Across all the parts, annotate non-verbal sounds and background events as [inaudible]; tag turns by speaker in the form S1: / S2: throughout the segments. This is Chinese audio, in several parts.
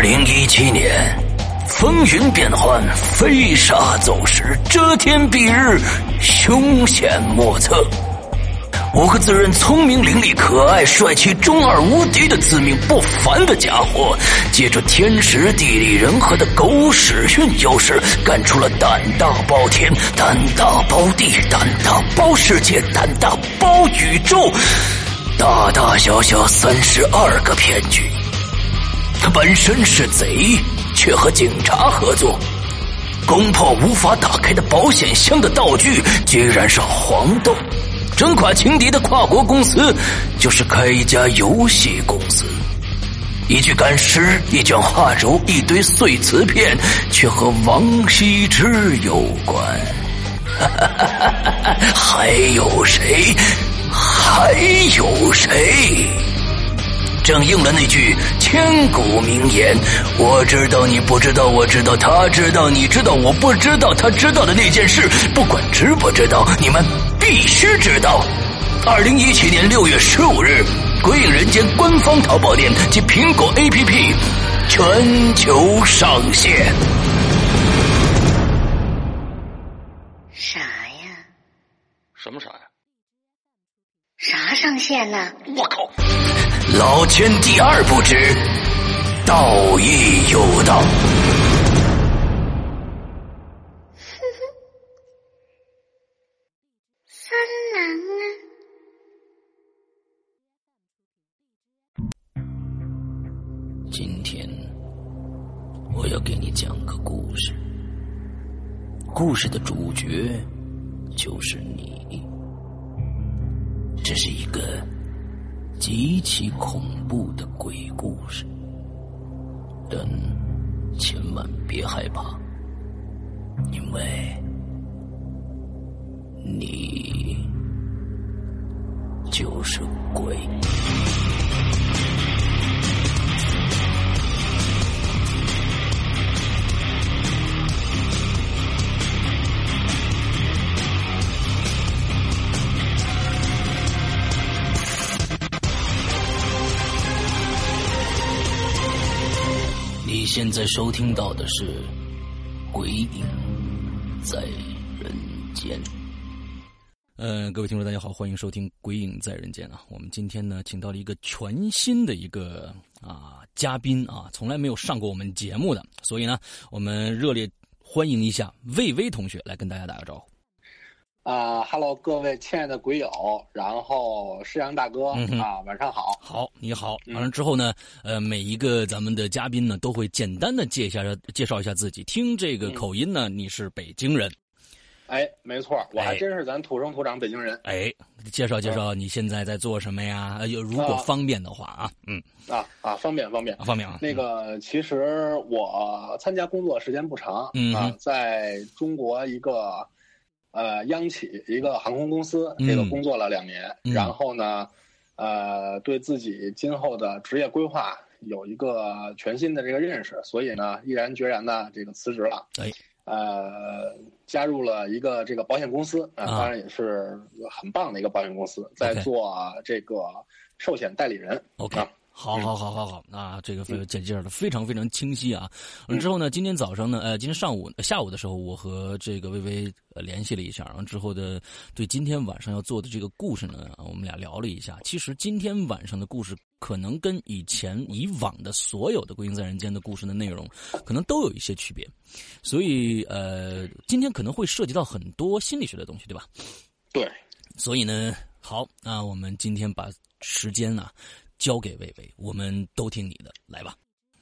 S1: 零一七年，风云变幻，飞沙走石，遮天蔽日，凶险莫测。五个自认聪明伶俐、可爱帅气、中二无敌的自命不凡的家伙，借着天时地利人和的狗屎运优势，干出了胆大包天、胆大包地、胆大包世界、胆大包宇宙，大大小小三十二个骗局。他本身是贼，却和警察合作。攻破无法打开的保险箱的道具，居然是黄豆。整垮情敌的跨国公司，就是开一家游戏公司。一具干尸，一卷画轴，一堆碎瓷片，却和王羲之有关。 [laughs] 还有谁？还有谁？正应了那句千古名言：“我知道你不知道，我知道他知道你知道我不知道他知道的那件事，不管知不知道，你们必须知道。”二零一七年六月十五日，《鬼影人间》官方淘宝店及苹果 APP 全球上线。
S2: 啥呀？
S3: 什么啥呀？
S2: 啥上线了？
S3: 我靠！
S1: 老千第二不知，道义有道。
S2: 三郎啊！
S1: 今天我要给你讲个故事，故事的主角就是你。这是一个极其恐怖的鬼故事，但千万别害怕，因为你就是鬼。你现在收听到的是《鬼影在人间》。
S4: 呃，各位听众，大家好，欢迎收听《鬼影在人间》啊！我们今天呢，请到了一个全新的一个啊嘉宾啊，从来没有上过我们节目的，所以呢，我们热烈欢迎一下魏巍同学来跟大家打个招呼。
S5: 啊哈喽，各位亲爱的鬼友，然后施阳大哥
S4: 嗯哼
S5: 啊，晚上好。
S4: 好，你好。完了嗯之后呢，呃，每一个咱们的嘉宾呢，都会简单的介绍一下介绍一下自己。听这个口音呢，你是北京人，
S5: 哎，没错，我
S4: 哎
S5: 还真是咱土生土长北京人
S4: 哎，介绍介绍你现在在做什么呀？呃，如果
S5: 啊
S4: 方便的话啊，嗯，
S5: 啊啊，方便方便。
S4: 方便啊。
S5: 那个，其实我参加工作时间不长
S4: 嗯
S5: 啊
S4: 哼，
S5: 在中国一个呃央企一个航空公司，这个
S4: 嗯
S5: 工作了两年，
S4: 嗯
S5: 然后呢，呃，对自己今后的职业规划有一个全新的这个认识，所以呢，毅然决然的这个辞职了。
S4: 哎，
S5: 呃，加入了一个这个保险公司啊、
S4: 啊
S5: 当然也是很棒的一个保险公司，在做这个寿险代理人。
S4: OK，
S5: 啊
S4: 好，好，好，好，好，啊，这个非介介绍的非常非常清晰啊。完之后呢，今天早上呢，呃，今天上午、呃下午的时候，我和这个薇薇呃联系了一下，然后之后的对今天晚上要做的这个故事呢，啊我们俩聊了一下。其实今天晚上的故事可能跟以前以往的所有的《归隐在人间》的故事的内容，可能都有一些区别，所以呃，今天可能会涉及到很多心理学的东西，对吧？
S5: 对，
S4: 所以呢，好，那我们今天把时间啊交给魏巍，我们都听你的，来吧。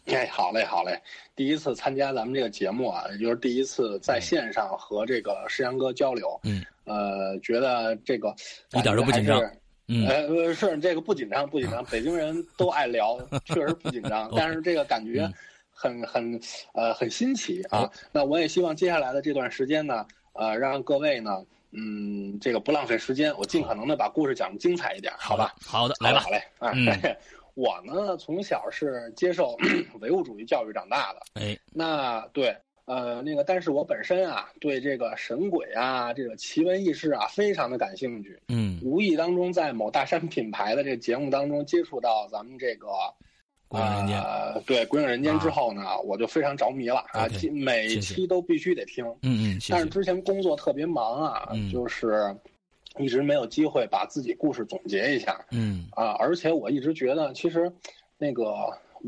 S5: 哎，好嘞，好嘞。第一次参加咱们这个节目啊，也就是第一次在线上和这个石阳哥交流。
S4: 嗯，
S5: 呃，觉得这个
S4: 一点都不紧张
S5: 感觉还是
S4: 嗯，
S5: 呃，呃是这个不紧张，不紧张。北京人都爱聊，确实不紧张
S4: [laughs] OK，嗯
S5: 但是这个感觉很很呃很新奇啊
S4: 好。
S5: 那我也希望接下来的这段时间呢，呃，让各位呢，嗯，这个不浪费时间，我尽可能的把故事讲得精彩一点，好吧？
S4: 的，好的，来吧
S5: 好。嘞，啊
S4: 嗯，
S5: [laughs] 我呢从小是接受 [clears throat] 唯物主义教育长大的，
S4: 哎，
S5: 那对。呃，那个，但是我本身啊，对这个神鬼啊，这个奇闻异事啊，非常的感兴趣。
S4: 嗯，
S5: 无意当中在某大山品牌的这个节目当中接触到咱们这个
S4: 光阴人间》啊
S5: 呃，对《鬼影人间》之后呢，我就非常着迷了啊
S4: OK，
S5: 基每
S4: 谢谢
S5: 期都必须得听。
S4: 嗯嗯，谢
S5: 但是
S4: 谢。
S5: 之前工作特别忙啊，
S4: 嗯
S5: 就是一直没有机会把自己故事总结一下
S4: 嗯
S5: 啊。而且我一直觉得，其实那个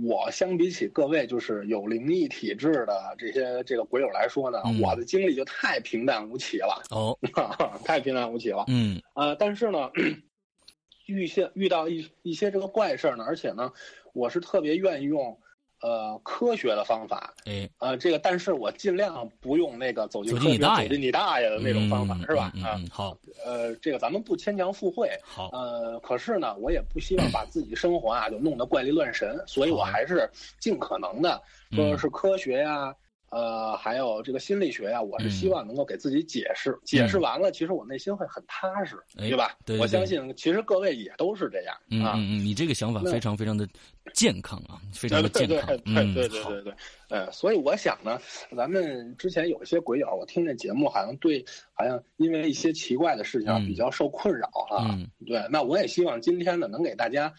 S5: 我相比起各位就是有灵异体质的这些这个鬼友来说呢，
S4: 嗯
S5: 我的经历就太平淡无奇了， [laughs]
S4: 哦
S5: 太平淡无奇了。
S4: 嗯
S5: 啊，但是呢，遇些遇到一一些这个怪事儿呢，而且呢，我是特别愿意用呃科学的方法， [laughs]
S4: 哎
S5: 呃，这个但是我尽量不用那个走进
S4: 走
S5: 科
S4: 进
S5: 学、
S4: 你大爷
S5: 走进你大爷的那种方法，
S4: 嗯
S5: 是吧？
S4: 嗯
S5: 啊
S4: 嗯，嗯好
S5: 呃，这个咱们不牵强附会。
S4: 好
S5: 呃，可是呢，我也不希望把自己生活啊就弄得怪力乱神，所以我
S4: 好
S5: 还是尽可能的，说
S4: 嗯
S5: 是科学呀、呃，还有这个心理学呀、我是希
S4: 嗯
S5: 望能够给自己解释，解释
S4: 嗯
S5: 完了，其实我内心会很踏实，
S4: 哎
S5: 对吧？
S4: 对对
S5: 我相
S4: 对
S5: 信，其实各位也都是这样
S4: 嗯
S5: 啊。 [laughs]
S4: 嗯嗯，你这个想法
S5: 那
S4: 非常非常的健康
S5: [laughs]
S4: 啊，非常的
S5: 对对
S4: 健
S5: 对
S4: 康
S5: 对。
S4: 嗯，
S5: 对对
S4: 好，
S5: 对对，呃，所以我想呢，咱们之前有一些鬼友，我听这节目好像对，好像因为一些奇怪的事情啊
S4: 嗯
S5: 比较受困扰啊。
S4: 嗯
S5: 对，那我也希望今天呢能给大家，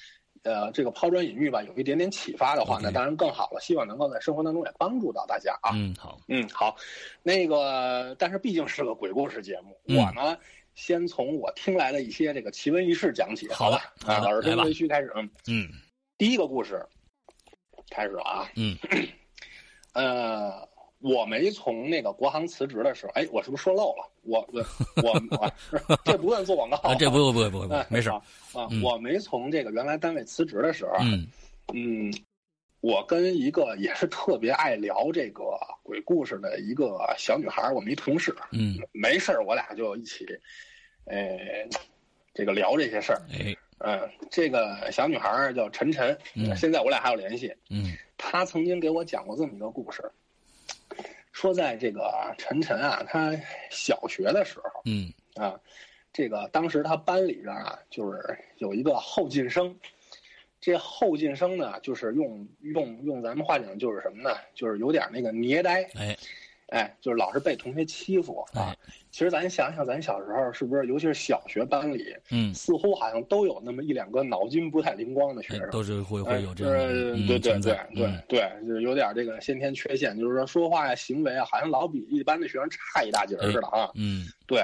S5: 呃，这个抛砖引玉吧，有一点点启发的话，
S4: OK
S5: 那当然更好了。希望能够在生活当中也帮助到大家啊。
S4: 嗯好，
S5: 嗯，好，那个，但是毕竟是个鬼故事节目，
S4: 嗯
S5: 我呢先从我听来的一些这个奇闻异事讲起，
S4: 好
S5: 好
S4: 的
S5: 吧？
S4: 好
S5: 啊，
S4: 的
S5: 耳听
S4: 来吧
S5: 为虚开始，嗯，
S4: 嗯
S5: 第一个故事开始了啊，
S4: 嗯，
S5: [clears throat] 呃。我没从那个国航辞职的时候，哎，我是不是说漏了？我我我我， [laughs] 这不算做广告
S4: 啊，这不会不会不会不会
S5: 哎，
S4: 没事儿。
S5: 啊啊
S4: 嗯
S5: 我没从这个原来单位辞职的时候，
S4: 嗯
S5: 嗯我跟一个也是特别爱聊这个鬼故事的一个小女孩，我们一同事，
S4: 嗯，
S5: 没事儿我俩就一起，呃，这个聊这些事儿。
S4: 哎
S5: 嗯、这个小女孩叫晨晨，
S4: 嗯
S5: 现在我俩还有联系。
S4: 嗯
S5: 她曾经给我讲过这么一个故事，说在这个晨晨啊，她小学的时候。
S4: 嗯
S5: 啊，这个当时他班里边啊，就是有一个后进生，这后进生呢，就是用用用咱们话讲就是什么呢？就是有点那个捏呆，
S4: 哎
S5: 哎，就是老是被同学欺负啊
S4: 哎。
S5: 其实咱想想，咱小时候是不是，尤其是小学班里，
S4: 嗯，
S5: 似乎好像都有那么一两个脑筋不太灵光的学
S4: 哎
S5: 生。
S4: 都是会
S5: 哎
S4: 会有这
S5: 就
S4: 样
S5: 是
S4: 的嗯
S5: 对对
S4: 存
S5: 对
S4: 在
S5: 对
S4: 嗯
S5: 对，就是有点这个先天缺陷，就是说说话呀、行为啊，好像老比一般的学生差一大截儿似的啊。
S4: 嗯
S5: 对，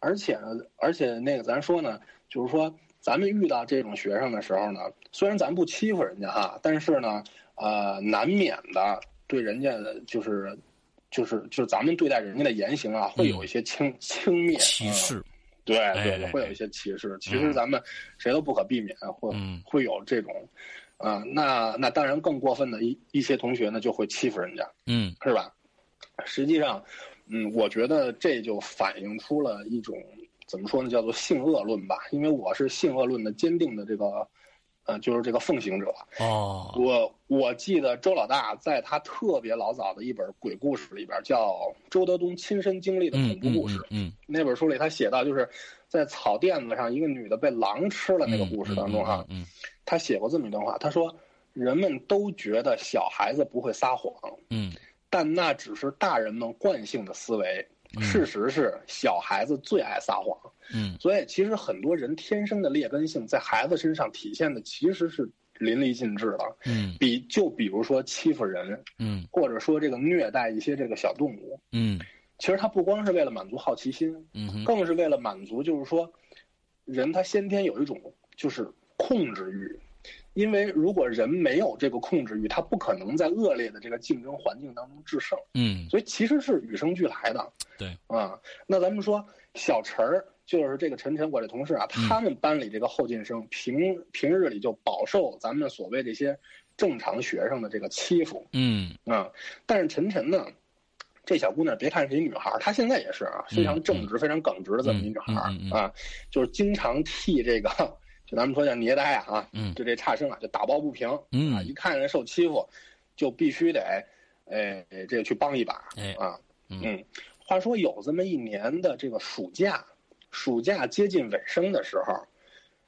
S5: 而且呢，而且那个咱说呢，就是说咱们遇到这种学生的时候呢，虽然咱不欺负人家哈，但是呢，呃，难免的对人家的就是。就是就是咱们对待人家的言行啊，会有一些轻轻蔑、
S4: 嗯歧
S5: 嗯
S4: 视
S5: 对
S4: 哎
S5: 对
S4: 哎
S5: 对，
S4: 哎
S5: 会有一些歧视。其实咱们谁都不可避免，会
S4: 嗯
S5: 会有这种，啊、那那当然更过分的一一些同学呢，就会欺负人家，
S4: 嗯
S5: 是吧？实际上，嗯，我觉得这就反映出了一种怎么说呢，叫做性恶论吧。因为我是性恶论的坚定的这个，呃，就是这个奉行者。
S4: 哦
S5: 我我记得周老大在他特别老早的一本鬼故事里边，叫《周德东亲身经历的
S4: 嗯
S5: 恐怖
S4: 嗯
S5: 故事》
S4: 嗯嗯
S5: 那本书里，他写到就是在草垫子上，一个女的被狼吃了那个故事当中啊，
S4: 嗯
S5: 他写过这么一段话，他说：“人们都觉得小孩子不会撒谎，
S4: 嗯
S5: 但那只是大人们惯性的思维。
S4: 嗯
S5: 事实是，小孩子最爱撒谎，
S4: 嗯
S5: 所以其实很多人天生的劣根性在孩子身上体现的其实是淋漓尽致的。
S4: 嗯
S5: 比就比如说欺负人，
S4: 嗯
S5: 或者说这个虐待一些这个小动物，
S4: 嗯
S5: 其实他不光是为了满足好奇心，
S4: 嗯哼
S5: 更是为了满足，就是说，人他先天有一种就是控制欲，因为如果人没有这个控制欲，他不可能在恶劣的这个竞争环境当中制胜。
S4: 嗯
S5: 所以其实是与生俱来的。
S4: 对
S5: 啊，那咱们说小陈儿，就是这个晨晨，我这同事啊，
S4: 嗯
S5: 他们班里这个后进生，平平日里就饱受咱们所谓这些正常学生的这个欺负
S4: 嗯
S5: 啊。但是晨晨呢，这小姑娘别看是一女孩儿，她现在也是啊，非常正直、非常耿直的这么一女孩儿
S4: 嗯嗯嗯嗯嗯
S5: 啊，就是经常替这个，就咱们说叫捏呆啊，
S4: 嗯
S5: 就这差生啊，就打抱不平，
S4: 嗯
S5: 啊，一看人受欺负，就必须得，哎，这个去帮一把
S4: 哎
S5: 啊，
S4: 嗯
S5: 话说有这么一年的这个暑假，暑假接近尾声的时候，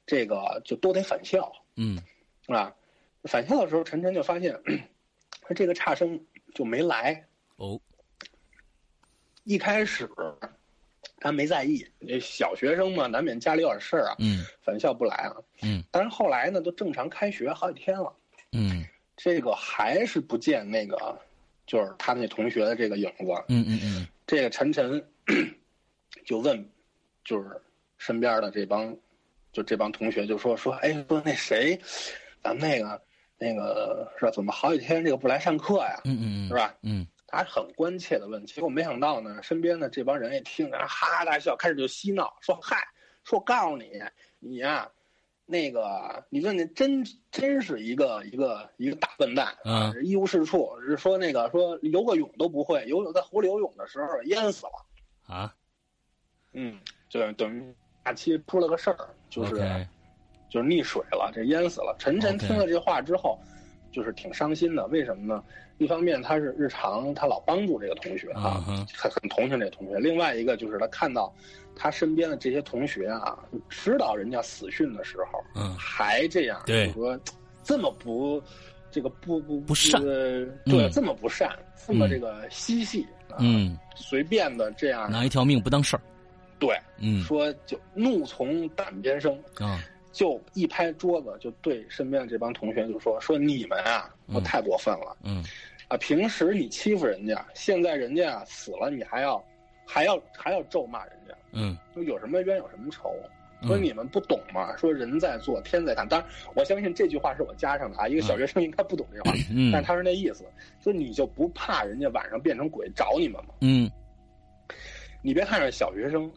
S5: 这个就都得返校
S4: 嗯
S5: 啊，返校的时候，晨晨就发现这个差生就没来，
S4: 哦
S5: 一开始。他没在意，这小学生嘛，难免家里有点事儿啊，
S4: 嗯
S5: 返校不来啊。
S4: 嗯
S5: 但是后来呢，都正常开学好几天了，
S4: 嗯
S5: 这个还是不见那个就是他那同学的这个影子。
S4: 嗯嗯嗯
S5: 这个陈晨就问，就是身边的这帮，就这帮同学就说说，哎，说那谁，咱们那个那个是吧？怎么好几天这个不来上课呀？
S4: 嗯嗯嗯，
S5: 是吧？
S4: 嗯
S5: 他很关切的问，结果没想到呢，身边的这帮人也听着哈哈大笑，开始就嬉闹，说嗨，说我告诉你，你呀、那个你问你真真是一个一个一个大笨蛋，
S4: 嗯
S5: 一无是处，是说那个说游个泳都不会，游泳在湖里游泳的时候淹死了。
S4: 啊
S5: 嗯，就等于假期出了个事儿，就是啊
S4: ，OK，嗯
S5: 就是溺水了，这淹死了。晨晨
S4: OK
S5: 听了这话之后，就是挺伤心的。为什么呢？一方面他是日常他老帮助这个同学
S4: 嗯
S5: 啊，
S4: 哼，
S5: 很很同情这个同学；另外一个就是他看到他身边的这些同学啊，知道人家死讯的时候
S4: 嗯
S5: 还这样，
S4: 对
S5: 就是说这么不这个不不
S4: 不善
S5: 这个对，
S4: 嗯
S5: 这么不善，这么这个嬉戏，啊，
S4: 嗯，
S5: 随便的这样，
S4: 拿一条命不当事儿，
S5: 对，
S4: 嗯
S5: 说就怒从胆边生，
S4: 啊，
S5: 就一拍桌子，就对身边的这帮同学就说：“说你们啊，
S4: 嗯
S5: 都太过分了、
S4: 嗯
S5: 啊！平时你欺负人家，现在人家死了，你还要还要还要咒骂人家，
S4: 嗯
S5: 说有什么冤有什么仇。”
S4: 嗯
S5: 说你们不懂嘛？说人在做，天在看。当然，我相信这句话是我加上的啊。一个小学生应该不懂这话，
S4: 嗯
S5: 但是他是那意思，说你就不怕人家晚上变成鬼找你们吗？
S4: 嗯
S5: 你别看是小学生，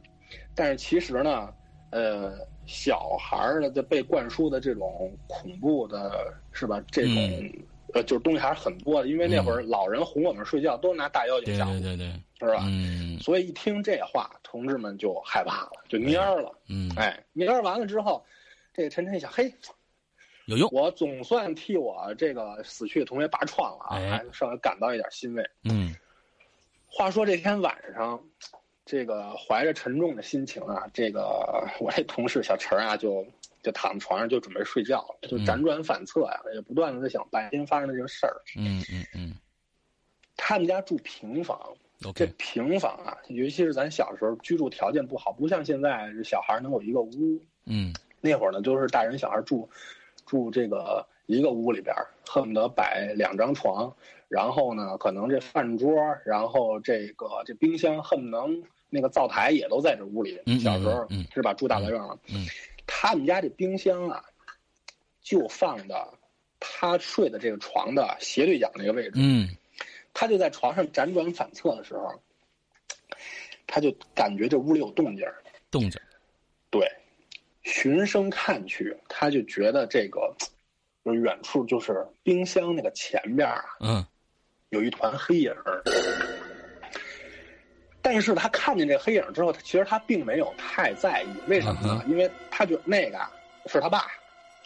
S5: 但是其实呢，呃，小孩儿的被灌输的这种恐怖的，是吧？这种、
S4: 嗯
S5: 呃，就是东西还是很多的，因为那会儿老人哄我们睡觉都拿大妖精
S4: 对
S5: 吓唬，
S4: 对对对，
S5: 是吧？
S4: 嗯
S5: 所以一听这话，同志们就害怕了，就蔫儿了。
S4: 嗯，
S5: 哎，蔫儿完了之后，这个晨晨一想，嘿，
S4: 有用，
S5: 我总算替我这个死去的同学拔创了啊，
S4: 哎
S5: 还稍微感到一点欣慰。
S4: 嗯
S5: 话说这天晚上，这个怀着沉重的心情啊，这个我这同事小陈啊，就就躺床上就准备睡觉了，就辗转反侧呀、也不断的在想白天发生的这个事儿。
S4: 嗯嗯嗯
S5: 他们家住平房，这
S4: ，OK，
S5: 平房啊，尤其是咱小时候居住条件不好，不像现在这小孩能有一个屋。
S4: 嗯
S5: 那会儿呢，就是大人小孩住住这个一个屋里边儿，恨不得摆两张床，然后呢，可能这饭桌，然后这个这冰箱，恨不能那个灶台也都在这屋里。
S4: 嗯嗯
S5: 小时候、
S4: 嗯嗯
S5: 是吧？住大杂院了，
S4: 嗯
S5: 他们家这冰箱啊，就放的他睡的这个床的斜对角那个位置。
S4: 嗯
S5: 他就在床上辗转反侧的时候，他就感觉这屋里有动静儿。
S4: 动静儿，
S5: 对，循声看去，他就觉得这个，就是远处就是冰箱那个前边啊，
S4: 嗯
S5: 有一团黑影儿。但是他看见这黑影儿之后，他其实他并没有太在意，为什么
S4: 嗯
S5: 呢？因为他觉得那个啊是他爸，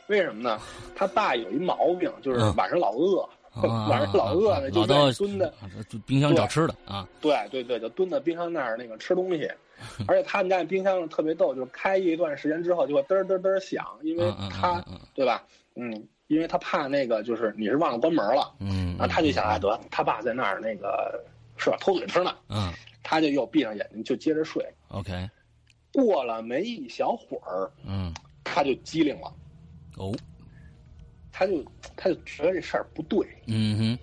S5: 为什么呢？他爸有一毛病，就是
S4: 嗯
S5: 晚上老饿， [laughs]
S4: 啊，
S5: 晚上老饿呢，就
S4: 老
S5: 在
S4: 到啊
S5: 蹲的
S4: 冰箱找吃的啊，
S5: 对对对，就蹲在冰箱那儿那个吃东西，而且他们家那冰箱特别逗，就是开一段时间之后就会嘚儿嘚儿嘚儿响，因为
S4: 嗯嗯
S5: 他、
S4: 嗯
S5: 对吧？嗯，因为他怕那个就是你是忘了关门了，
S4: 嗯，
S5: 然后他就想啊，得他爸在那儿那个是吧偷嘴吃呢，
S4: 嗯
S5: 他就又闭上眼睛就接着睡。
S4: ，OK，
S5: 过了没一小会儿，
S4: 嗯，
S5: 他就机灵了，
S4: 哦，
S5: 他就他就觉得这事儿不对，
S4: 嗯哼，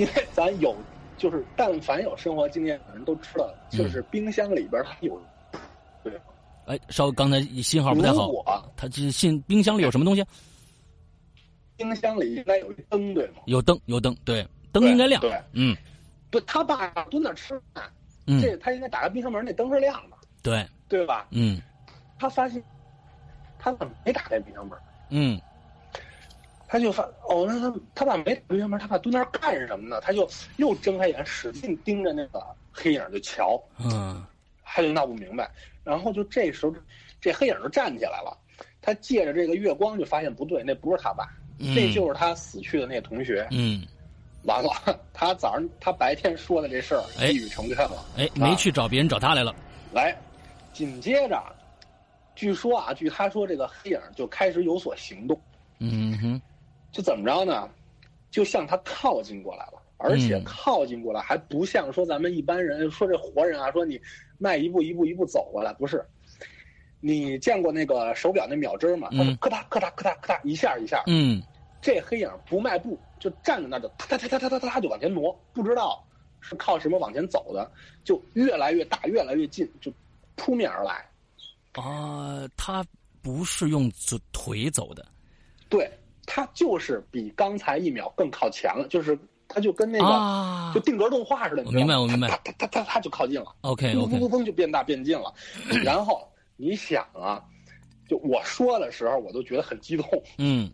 S5: 因为咱有就是但凡有生活经验的人都知道，
S4: 嗯
S5: 就是冰箱里边它有。对，
S4: 哎，稍微刚才信号不太
S5: 如
S4: 好，
S5: 果
S4: 他这信冰箱里有什么东西？
S5: 冰箱里应该有一灯，对吗？
S4: 有灯，有灯，对，灯应该亮。
S5: 对，
S4: 嗯
S5: 不，他爸蹲那吃饭，
S4: 嗯，
S5: 这他应该打开冰箱门，那灯是亮的，
S4: 对，
S5: 对吧？
S4: 嗯
S5: 他发现他爸没打开冰箱门，
S4: 嗯
S5: 他就发哦，那他他爸没打开冰箱门，他爸蹲那儿干什么呢？他就又睁开眼，使劲盯着那个黑影就瞧，
S4: 嗯
S5: 他就闹不明白。然后就这时候，这黑影就站起来了。他借着这个月光就发现不对，那不是他爸，
S4: 嗯，
S5: 这就是他死去的那同学。
S4: 嗯，
S5: 完了， [laughs] 他早上他白天说的这事儿
S4: 哎
S5: 一语成谶了。
S4: 哎，没去找别人，找他来了。
S5: 来，紧接着，据说啊，据他说，这个黑影就开始有所行动，
S4: 嗯哼，
S5: 就怎么着呢？就向他靠近过来了，而且
S4: 嗯
S5: 靠近过来还不像说咱们一般人说这活人啊，说你迈一步一步一步走过来，不是。你见过那个手表那秒针吗？它是
S4: 嗯
S5: 咔嗒咔嗒咔嗒咔嗒一下一下，
S4: 嗯
S5: 这黑影不迈步，就站在那儿就哒哒哒哒哒哒哒就往前挪，不知道是靠什么往前走的，就越来越大，越来越近，就扑面而来。
S4: 啊，他不是用嘴腿走的
S5: 对，它就是比刚才一秒更靠前了，就是它就跟那个、
S4: 啊
S5: 就定格动画似的，
S4: 我明白我明白
S5: 它它它它就靠近了。
S4: ，OK
S5: 嗡
S4: OK，
S5: 嗡嗡嗡就变大变近了。 [coughs] 然后你想啊，就我说的时候，我都觉得很激动。
S4: 嗯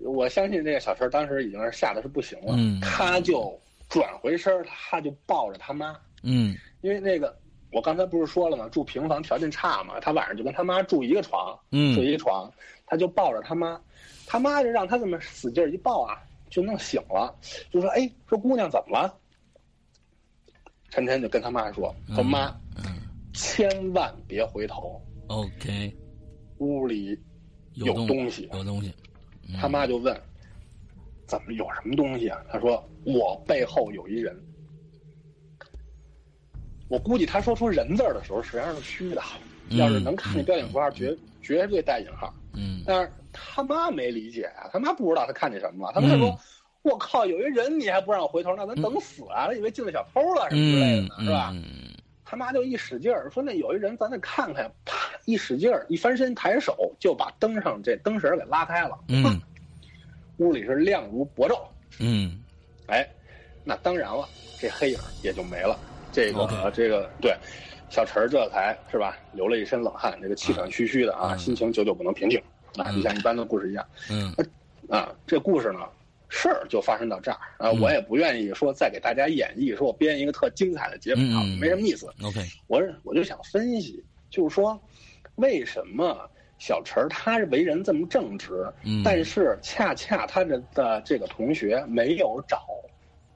S5: 我相信这个小陈当时已经是吓得是不行了，
S4: 嗯
S5: 他就转回身儿，他就抱着他妈，
S4: 嗯
S5: 因为那个我刚才不是说了吗？住平房条件差嘛，他晚上就跟他妈住一个床，
S4: 嗯
S5: 睡一床，他就抱着他妈，他妈就让他这么使劲儿一抱啊，就弄醒了，就说：“哎，说姑娘怎么了？”晨晨就跟他妈说：“说
S4: 嗯
S5: 妈，千万别回头，
S4: ，OK，
S5: 屋里有
S4: 动
S5: 东西。
S4: 有东西，嗯
S5: 他妈就问：“怎么有什么东西啊？”他说：“我背后有一人。”我估计他说出“人”字儿的时候，实际上是虚的。
S4: 嗯
S5: 要是能看见标点符号，
S4: 嗯
S5: 绝绝对带引号。
S4: 嗯
S5: 但是他妈没理解啊，他妈不知道他看见什么啊了。他妈就说：“
S4: 嗯
S5: 我靠，有一人你还不让我回头，那咱等死啊！他以为进了小偷了什么之类的
S4: 嗯
S5: 呢，是吧？”
S4: 嗯
S5: 他妈就一使劲儿，说那有一人，咱得看看呀。啪，一使劲儿，一翻身抬手就把灯上这灯绳儿给拉开了。
S4: 嗯
S5: 屋里是亮如薄昼。
S4: 嗯
S5: 哎，那当然了，这黑影儿也就没了。这个
S4: OK
S5: 这个对，小陈儿这才是吧，流了一身冷汗，这个气喘吁吁的啊，
S4: 嗯
S5: 心情久久不能平静啊，
S4: 嗯
S5: 就像一般的故事一样
S4: 嗯
S5: 啊。这故事呢，事儿就发生到这儿啊，
S4: 嗯
S5: 我也不愿意说再给大家演绎，说我编一个特精彩的结尾啊
S4: 嗯嗯嗯，
S5: 没什么意思。
S4: ，OK，
S5: 我是我就想分析，就是说，为什么小陈儿他为人这么正直，
S4: 嗯，
S5: 但是恰恰他的的这个同学没有找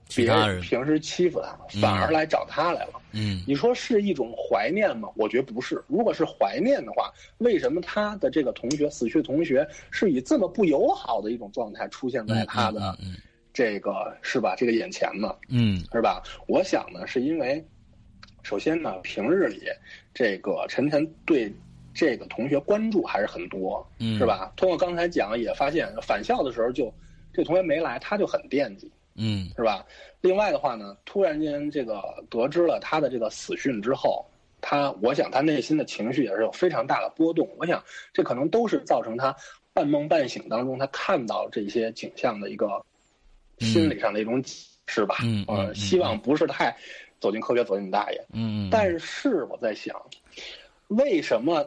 S4: 其
S5: 别
S4: 他
S5: 人
S4: 人，
S5: 平时欺负他，
S4: 嗯
S5: 反而来找他来了。
S4: 嗯
S5: 你说是一种怀念吗？我觉得不是。如果是怀念的话，为什么他的这个同学死去的同学是以这么不友好的一种状态出现在他的
S4: 嗯
S5: 这个是吧？这个眼前呢？
S4: 嗯
S5: 是吧？我想呢，是因为首先呢，平日里这个晨晨对这个同学关注还是很多，
S4: 嗯，
S5: 是？吧？通过刚才讲也发现，返校的时候就这同学没来，他就很惦记，
S4: 嗯
S5: 是吧？另外的话呢，突然间这个得知了他的这个死讯之后。他，我想他内心的情绪也是有非常大的波动。我想，这可能都是造成他半梦半醒当中，他看到这些景象的一个心理上的一种解释吧。
S4: 嗯嗯
S5: 呃
S4: 嗯
S5: 希望不是太走进科学，走进大爷。
S4: 嗯，
S5: 但是我在想，为什么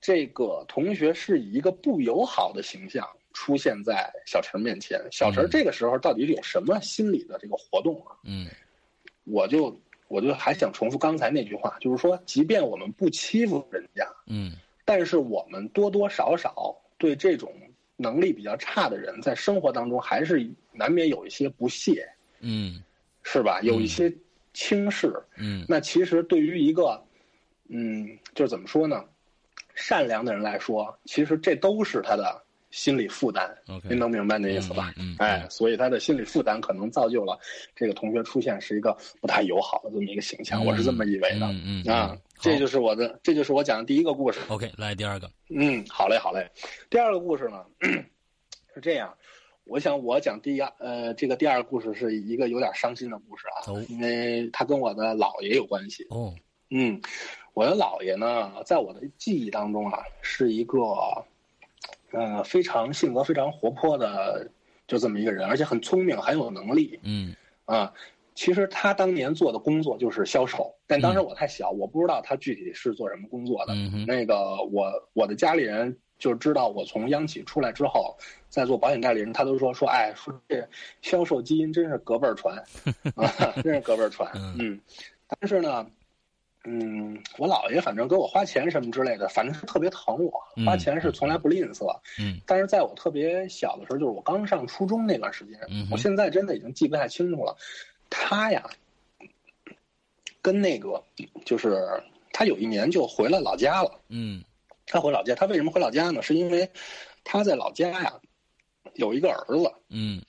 S5: 这个同学是以一个不友好的形象出现在小陈面前？小陈
S4: 嗯
S5: 这个时候到底有什么心理的这个活动啊？
S4: 嗯
S5: 我就我就还想重复刚才那句话，就是说，即便我们不欺负人家，
S4: 嗯
S5: 但是我们多多少少对这种能力比较差的人，在生活当中还是难免有一些不屑，
S4: 嗯
S5: 是吧？有一些轻视。
S4: 嗯
S5: 那其实对于一个，嗯，就是怎么说呢，善良的人来说，其实这都是他的心理负担。
S4: ，OK，
S5: 您能明白那意思吧？
S4: 嗯，
S5: 哎，，所以他的心理负担可能造就了这个同学出现是一个不太友好的这么一个形象，我是这么以为的。
S4: 嗯嗯
S5: 啊，这就是我的，这就是我讲的第一个故事。
S4: OK，来第二个，
S5: 嗯，好嘞，好嘞。第二个故事呢是这样，我想我讲第二呃，这个第二个故事是一个有点伤心的故事啊，
S4: 哦
S5: 因为它跟我的姥爷有关系。
S4: 哦，
S5: 嗯，我的姥爷呢，在我的记忆当中啊，是一个呃非常性格非常活泼的就这么一个人，而且很聪明，很有能力
S4: 嗯
S5: 啊。其实他当年做的工作就是销售，但当时我太小，我不知道他具体是做什么工作的。
S4: 嗯哼，
S5: 那个我我的家里人就知道我从央企出来之后，在做保险代理人，他都说说哎，说这销售基因真是隔辈儿传啊，真是隔辈儿传。
S4: 嗯
S5: 嗯，但是呢，嗯，我姥爷反正给我花钱什么之类的，反正是特别疼我，
S4: 嗯
S5: 花钱是从来不吝啬。
S4: 嗯
S5: 但是在我特别小的时候，就是我刚上初中那段时间，
S4: 嗯哼
S5: 我现在真的已经记不太清楚了。他呀，跟那个就是他有一年就回了老家了。
S4: 嗯
S5: 他回老家，他为什么回老家呢？是因为他在老家呀有一个儿子，
S4: 嗯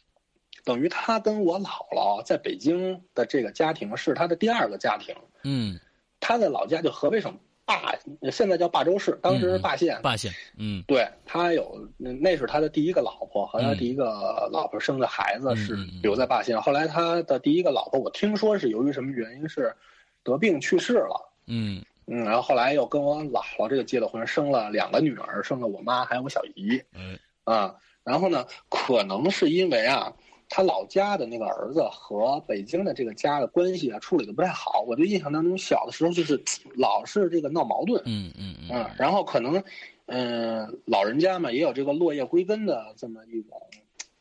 S5: 等于他跟我姥姥在北京的这个家庭是他的第二个家庭。
S4: 嗯
S5: 他在老家就河北省霸，现在叫霸州市，当时是霸县。
S4: 嗯霸县，嗯
S5: 对他有，那那是他的第一个老婆和他
S4: 嗯
S5: 第一个老婆生的孩子是
S4: 嗯嗯嗯
S5: 留在霸县。后来他的第一个老婆，我听说是由于什么原因是得病去世了。
S4: 嗯
S5: 嗯，然后后来又跟我姥姥这个结了婚，生了两个女儿，生了我妈还有我小姨。
S4: 哎
S5: 啊，然后呢，可能是因为啊，他老家的那个儿子和北京的这个家的关系啊处理的不太好。我就印象当中，小的时候就是老是这个闹矛盾，
S4: 嗯嗯
S5: 嗯
S4: 嗯，，
S5: 然后可能，嗯、老人家嘛也有这个落叶归根的这么一种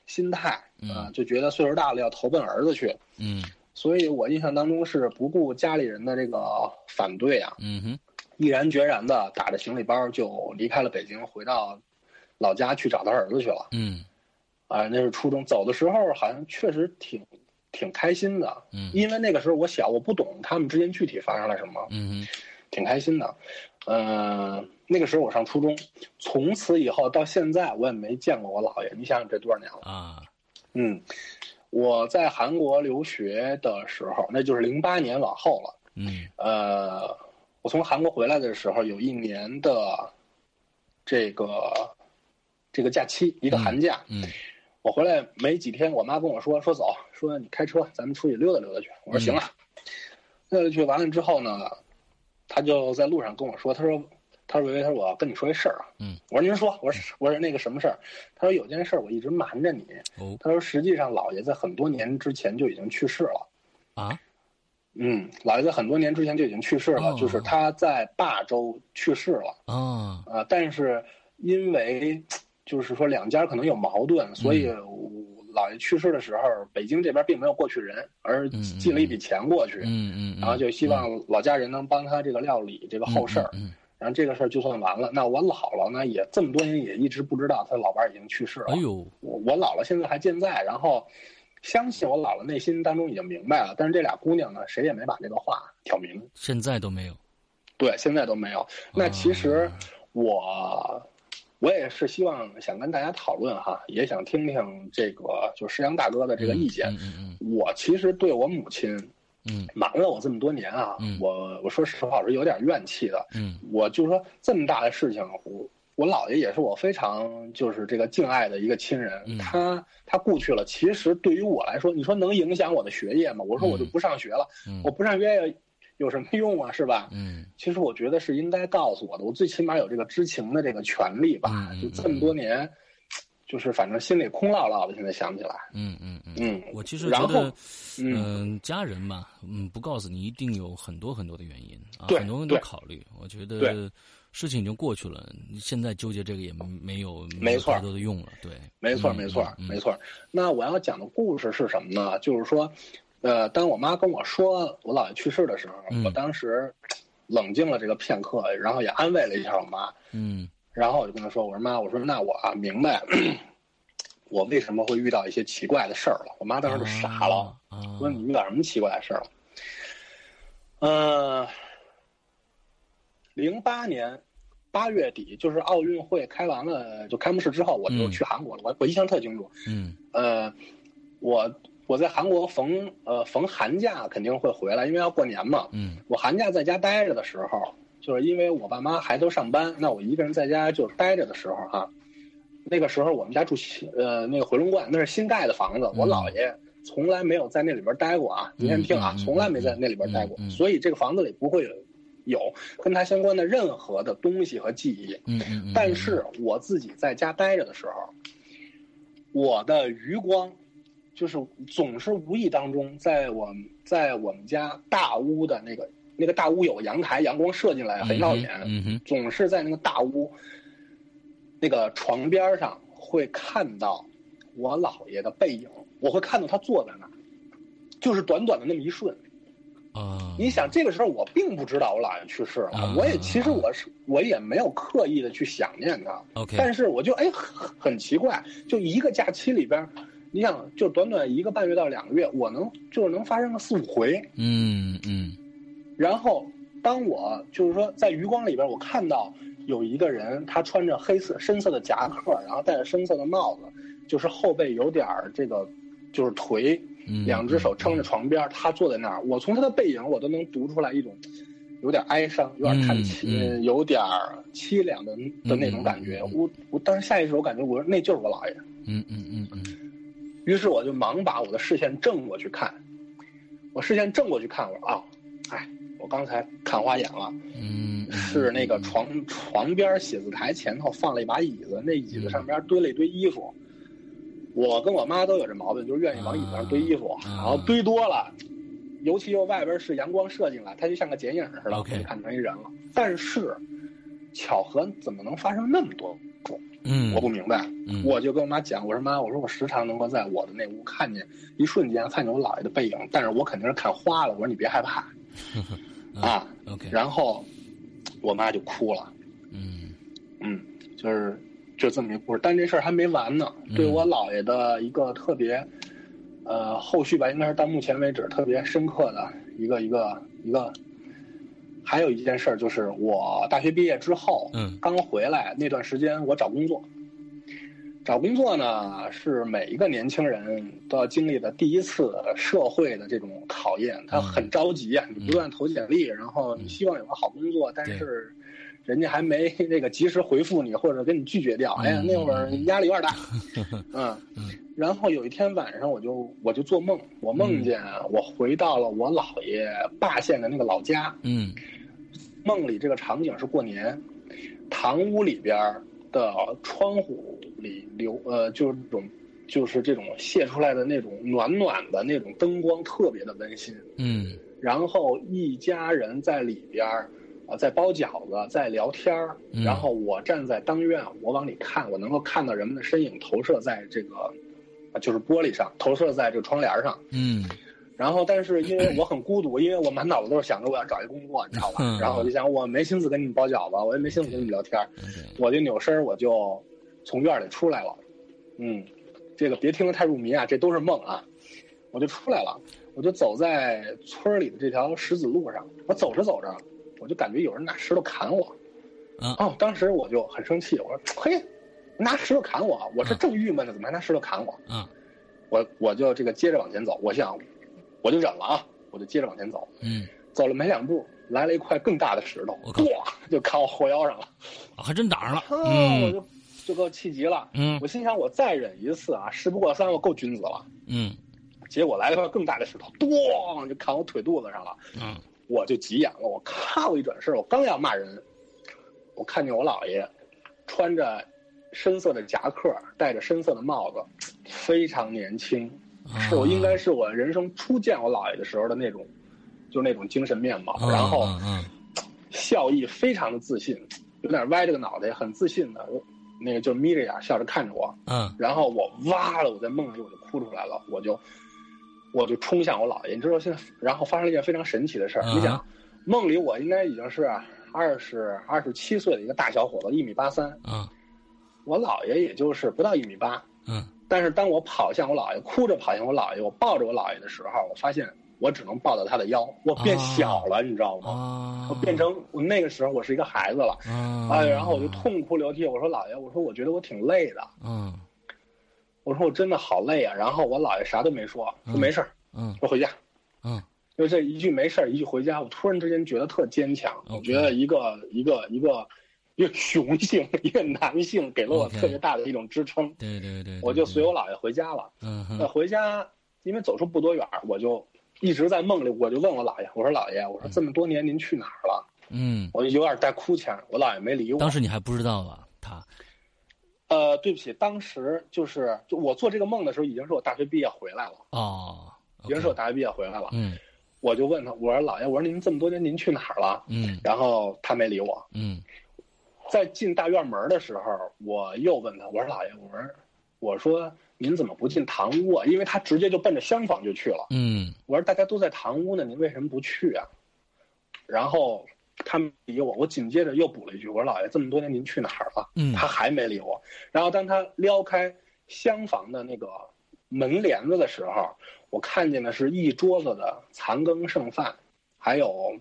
S5: 心态啊，
S4: 嗯
S5: 就觉得岁数大了要投奔儿子去。
S4: 嗯
S5: 所以我印象当中是不顾家里人的这个反对啊，
S4: 嗯哼，
S5: 毅然决然的打着行李包就离开了北京，回到老家去找他儿子去了。
S4: 嗯
S5: 啊，那是初中。走的时候好像确实挺挺开心的，
S4: 嗯
S5: 因为那个时候我小，我不懂他们之间具体发生了什么，
S4: 嗯哼，
S5: 挺开心的。呃，那个时候我上初中，从此以后到现在我也没见过我姥爷。你想想这多少年了？
S4: 啊，
S5: 嗯，我在韩国留学的时候，那就是零八年往后了。
S4: 嗯
S5: 呃，我从韩国回来的时候，有一年的这个这个假期，一个寒假，
S4: 嗯
S5: 我回来没几天，我妈跟我说说走，说你开车，咱们出去溜达溜达去。
S4: 嗯
S5: 我说行啊，溜达去完了之后呢，她就在路上跟我说，她说她说维维，她说我跟你说一事儿啊。
S4: 嗯，
S5: 我说您说，我说我说那个什么事儿？她说有件事儿我一直瞒着你。
S4: 哦
S5: 她说实际上姥爷在很多年之前就已经去世了。
S4: 啊，
S5: 嗯，姥爷在很多年之前就已经去世了，
S4: 哦
S5: 就是他在霸州去世了。
S4: 啊，
S5: 啊，但是因为就是说两家可能有矛盾，所以
S4: 嗯
S5: 我姥爷去世的时候，北京这边并没有过去人，而
S4: 嗯
S5: 寄了一笔钱过去，
S4: 嗯嗯，
S5: 然后就希望老家人能帮他这个料理这个后事儿。
S4: 嗯，
S5: 然后这个事儿就算完了。那我姥姥呢，也这么多年也一直不知道他老伴儿已经去世了。
S4: 哎呦，
S5: 我我姥姥现在还健在，然后相信我姥姥内心当中已经明白了，但是这俩姑娘呢，谁也没把这个话挑明。
S4: 现在都没有，
S5: 对，现在都没有。那其实
S4: 啊
S5: 我我也是希望想跟大家讨论哈，也想听听这个就石阳大哥的这个意见。
S4: 嗯
S5: 我其实对我母亲
S4: 嗯
S5: 瞒了我这么多年啊，
S4: 嗯
S5: 我我说实话我是有点怨气的。
S4: 嗯
S5: 我就是说这么大的事情，我我姥爷也是我非常就是这个敬爱的一个亲人，
S4: 嗯
S5: 他他故去了，其实对于我来说，你说能影响我的学业吗？我说我就
S4: 嗯
S5: 不上学了，
S4: 嗯
S5: 我不上学也有什么用啊？是吧？
S4: 嗯
S5: 其实我觉得是应该告诉我的，我最起码有这个知情的这个权利吧。
S4: 嗯嗯
S5: 就这么多年，就是反正心里空落落的，现在想起来，
S4: 嗯嗯嗯。
S5: 嗯，
S4: 我其实
S5: 然
S4: 觉
S5: 后
S4: 得，嗯、家人嘛，嗯，不告诉你一定有很多很多的原因啊，
S5: 对
S4: 很多人都
S5: 对
S4: 考虑。我觉
S5: 对
S4: 得事情已经过去了，你现在纠结这个也没有
S5: 没
S4: 有
S5: 错
S4: 太多的用了。对，
S5: 没错，
S4: 嗯
S5: 没错，
S4: 嗯
S5: 没错。那我要讲的故事是什么呢？就是说，呃，当我妈跟我说我姥爷去世的时候，
S4: 嗯
S5: 我当时冷静了这个片刻，然后也安慰了一下我妈。
S4: 嗯
S5: 然后我就跟她说：“我说妈，我说那我啊明白， [clears throat] 我为什么会遇到一些奇怪的事儿了。”我妈当时就傻了。
S4: 啊，
S5: 我说你遇到什么奇怪的事儿了？呃，零八年八月底，就是奥运会开完了就开幕式之后，我就
S4: 嗯
S5: 去韩国了。我我印象特清楚。
S4: 嗯
S5: 呃，我我在韩国逢呃逢寒假肯定会回来，因为要过年嘛。
S4: 嗯
S5: 我寒假在家待着的时候，就是因为我爸妈还都上班，那我一个人在家就待着的时候啊，那个时候我们家住新呃那个回龙观，那是新盖的房子，我
S4: 嗯
S5: 姥爷从来没有在那里边待过啊，您先听啊
S4: 嗯嗯，嗯
S5: 从来没在那里边待过
S4: 嗯嗯，嗯
S5: 所以这个房子里不会有有跟他相关的任何的东西和记忆。
S4: 嗯嗯嗯，
S5: 但是我自己在家待着的时候，我的余光就是总是无意当中在我们在我们家大屋的那个那个大屋有个阳台，阳光射进来很耀眼，
S4: 嗯哼，
S5: 总是在那个大屋那个床边上会看到我姥爷的背影，我会看到他坐在那儿。就是短短的那么一瞬，
S4: 啊，
S5: 你想这个时候我并不知道我姥爷去世了
S4: 啊，
S5: 我也其实我是我也没有刻意的去想念他，
S4: OK，
S5: 但是我就哎很很奇怪，就一个假期里边儿，你想就短短一个半月到两个月，我能就是能发生个四五回。
S4: 嗯嗯
S5: 然后当我就是说在余光里边儿，我看到有一个人，他穿着黑色深色的夹克，然后戴着深色的帽子，就是后背有点儿这个就是颓，
S4: 嗯，
S5: 两只手撑着床边儿，他坐在那儿，我从他的背影我都能读出来一种有点哀伤，有点看
S4: 嗯
S5: 凄，
S4: 嗯
S5: 呃有点凄凉的的那种感觉。
S4: 嗯嗯嗯
S5: 我我当时下意识我感觉我说那就是我姥爷，
S4: 嗯嗯嗯嗯
S5: 于是我就忙把我的视线正过去看，我视线正过去看，我说啊，哎，我刚才看花眼了，
S4: 嗯，嗯
S5: 是那个床床边写字台前头放了一把椅子，那椅子
S4: 嗯
S5: 上边堆了一堆衣服。我跟我妈都有这毛病，就是愿意往椅子上堆衣服，
S4: 啊
S5: 然后堆多了，尤其又外边是阳光射进来，它就像个剪影似的，我
S4: OK
S5: 就看成一人了。但是巧合怎么能发生那么多种？
S4: 嗯，
S5: 我不明白。
S4: 嗯
S5: 我就跟我妈讲，我说妈，我说我时常能够在我的那屋看见一瞬间看见我姥爷的背影，但是我肯定是看花了。我说你别
S4: [laughs]
S5: 害怕
S4: 嗯
S5: 啊，
S4: OK，
S5: 然后我妈就哭了。
S4: 嗯
S5: 嗯，就是就这么一故事，但这事儿还没完呢。
S4: 嗯
S5: 对我姥爷的一个特别，呃，后续吧，应该是到目前为止特别深刻的一个一个一个。还有一件事儿，就是我大学毕业之后，
S4: 嗯
S5: 刚回来那段时间，我找工作。找工作呢，是每一个年轻人都要经历的第一次社会的这种考验，他
S4: 嗯
S5: 很着急呀、你不断投简历，然后你希望有个好工作，但是人家还没 [laughs] 那个及时回复你，或者给你拒绝掉。哎呀，
S4: 嗯
S5: 那会儿压力有
S4: [laughs]
S5: 点大，嗯
S4: 嗯。
S5: 然后有一天晚上，我就我就做梦，我
S4: 嗯
S5: 梦见我回到了我姥爷霸县的那个老家。
S4: 嗯
S5: 梦里这个场景是过年，堂屋里边的窗户里流呃，就是这种就是这种泄出来的那种暖暖的那种灯光，特别的温馨。
S4: 嗯
S5: 然后一家人在里边儿，呃，在包饺子，在聊天儿。
S4: 嗯
S5: 然后我站在当院，我往里看，我能够看到人们的身影投射在这个，呃就是玻璃上，投射在这个窗帘上。
S4: 嗯
S5: 然后，但是因为我很孤独，因为我满脑子都是想着我要找一工作，你知道吧
S4: 嗯？
S5: 然后我就想，我没心思跟你们包饺子，我也没心思跟你们聊天儿，
S4: ，OK，
S5: 我就扭身儿我就从院儿里出来了。嗯，这个别听得太入迷啊，这都是梦啊。我就出来了，我就走在村儿里的这条石子路上，我走着走着，我就感觉有人拿石头砍我。
S4: 啊
S5: 哦，当时我就很生气，我说：“嘿，拿石头砍我！我
S4: 嗯
S5: 这正郁闷呢，怎么还拿石头砍我？”
S4: 啊，
S5: 我我就这个接着往前走，我想我就忍了啊，我就接着往前走，
S4: 嗯，
S5: 走了没两步，来了一块更大的石头，
S4: 我靠
S5: 咣就砍我后腰上了，
S4: 啊还真打上了，
S5: 啊，我
S4: 嗯
S5: 就就给我气急了，
S4: 嗯
S5: 我心想我再忍一次啊，事不过三，我够君子了。
S4: 嗯
S5: 结果来了一块更大的石头，咣就砍我腿肚子上了，
S4: 嗯
S5: 我就急眼了，我咔我一转身，我刚要骂人，我看见我姥爷穿着深色的夹克，戴着深色的帽子，非常年轻，
S4: 啊
S5: 是我应该是我人生初见我姥爷的时候的那种，就是那种精神面貌，
S4: 啊
S5: 然后
S4: 啊啊
S5: 笑意非常的自信，有点歪着个脑袋，很自信的，那个就眯着眼笑着看着我，
S4: 啊
S5: 然后我哇了，我在梦里我就哭出来了，我就我就冲向我姥爷，你知道现在，然后发生了一件非常神奇的事儿，
S4: 嗯
S5: 你想，梦里我应该已经是二十二十七岁的一个大小伙子，一米八三，
S4: 啊
S5: 我姥爷也就是不到一米八，
S4: 嗯
S5: 但是当我跑向我姥爷，哭着跑向我姥爷，我抱着我姥爷的时候，我发现我只能抱到他的腰，我变小了，你知道吗？
S4: 啊，
S5: 我变成我那个时候我是一个孩子了，
S4: 啊，
S5: 哎，然后我就痛哭流涕，我说姥爷，我说我觉得我挺累的，
S4: 嗯
S5: 我说我真的好累啊。然后我姥爷啥都没说，说
S4: 嗯
S5: 没事儿，
S4: 嗯
S5: 说回家。
S4: 嗯
S5: 就这一句没事儿，一句回家，我突然之间觉得特坚强，
S4: OK
S5: 我觉得一个一个一个一个雄性，一个男性给了我
S4: OK
S5: 特别大的一种支撑，
S4: 对对对，
S5: 我就随
S4: 我
S5: 我姥爷回家了。
S4: 嗯
S5: 那
S4: 哼
S5: 回家，因为走出不多远儿，我就一直在梦里，我就问我姥爷，我说姥爷，我说这么多年您去哪儿了？
S4: 嗯，
S5: 我就有点带哭腔，我姥爷没理我。
S4: 当时你还不知道吧？他
S5: 呃，对不起，当时就是就我做这个梦的时候，已经是我大学毕业回来了，
S4: 哦，
S5: 已经是我大学毕业回来了。
S4: 嗯
S5: 我就问他，我说姥爷，我说您这么多年您去哪儿了？
S4: 嗯
S5: 然后他没理我。
S4: 嗯
S5: 在进大院门的时候，我又问他，我说姥爷，我说我说您怎么不进堂屋啊？因为他直接就奔着厢房就去了。
S4: 嗯
S5: 我说大家都在堂屋呢，您为什么不去啊？然后他没理我，我紧接着又补了一句，我说姥爷这么多年您去哪儿了？
S4: 嗯
S5: 他还没理我。然后当他撩开厢房的那个门帘子的时候，我看见的是一桌子的残羹剩饭，还有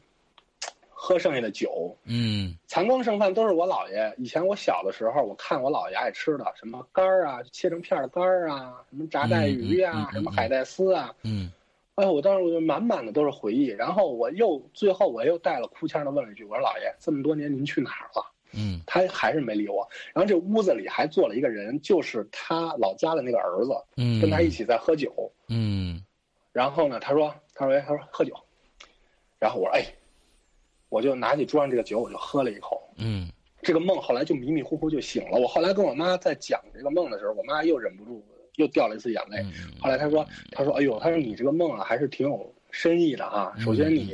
S5: 喝剩下的酒。
S4: 嗯
S5: 残羹剩饭都是我姥爷以前我小的时候，我看我姥爷爱吃的，什么肝儿啊，切成片儿的肝儿啊，什么炸带鱼呀、
S4: 嗯嗯嗯嗯嗯
S5: 什么海带丝啊，
S4: 嗯
S5: 哎，我当时我就满满的都是回忆。然后我又最后我又带了哭腔的问了一句：“我说老爷，这么多年您去哪儿了？”
S4: 嗯
S5: 他还是没理我。然后这屋子里还坐了一个人，就是他老家的那个儿子，
S4: 嗯，
S5: 跟他一，起在喝酒。
S4: 嗯
S5: 然后呢，他说：“他说哎，他说喝酒。”然后我说：“哎。”我就拿起桌上这个酒，我就喝了一口。
S4: 嗯
S5: 这个梦后来就迷迷糊糊就醒了。我后来跟我妈在讲这个梦的时候，我妈又忍不住又掉了一次眼泪。
S4: 嗯，
S5: 后来她说：“她说，哎呦，她说你这个梦啊，还是挺有深意的啊。
S4: 嗯
S5: 首先，你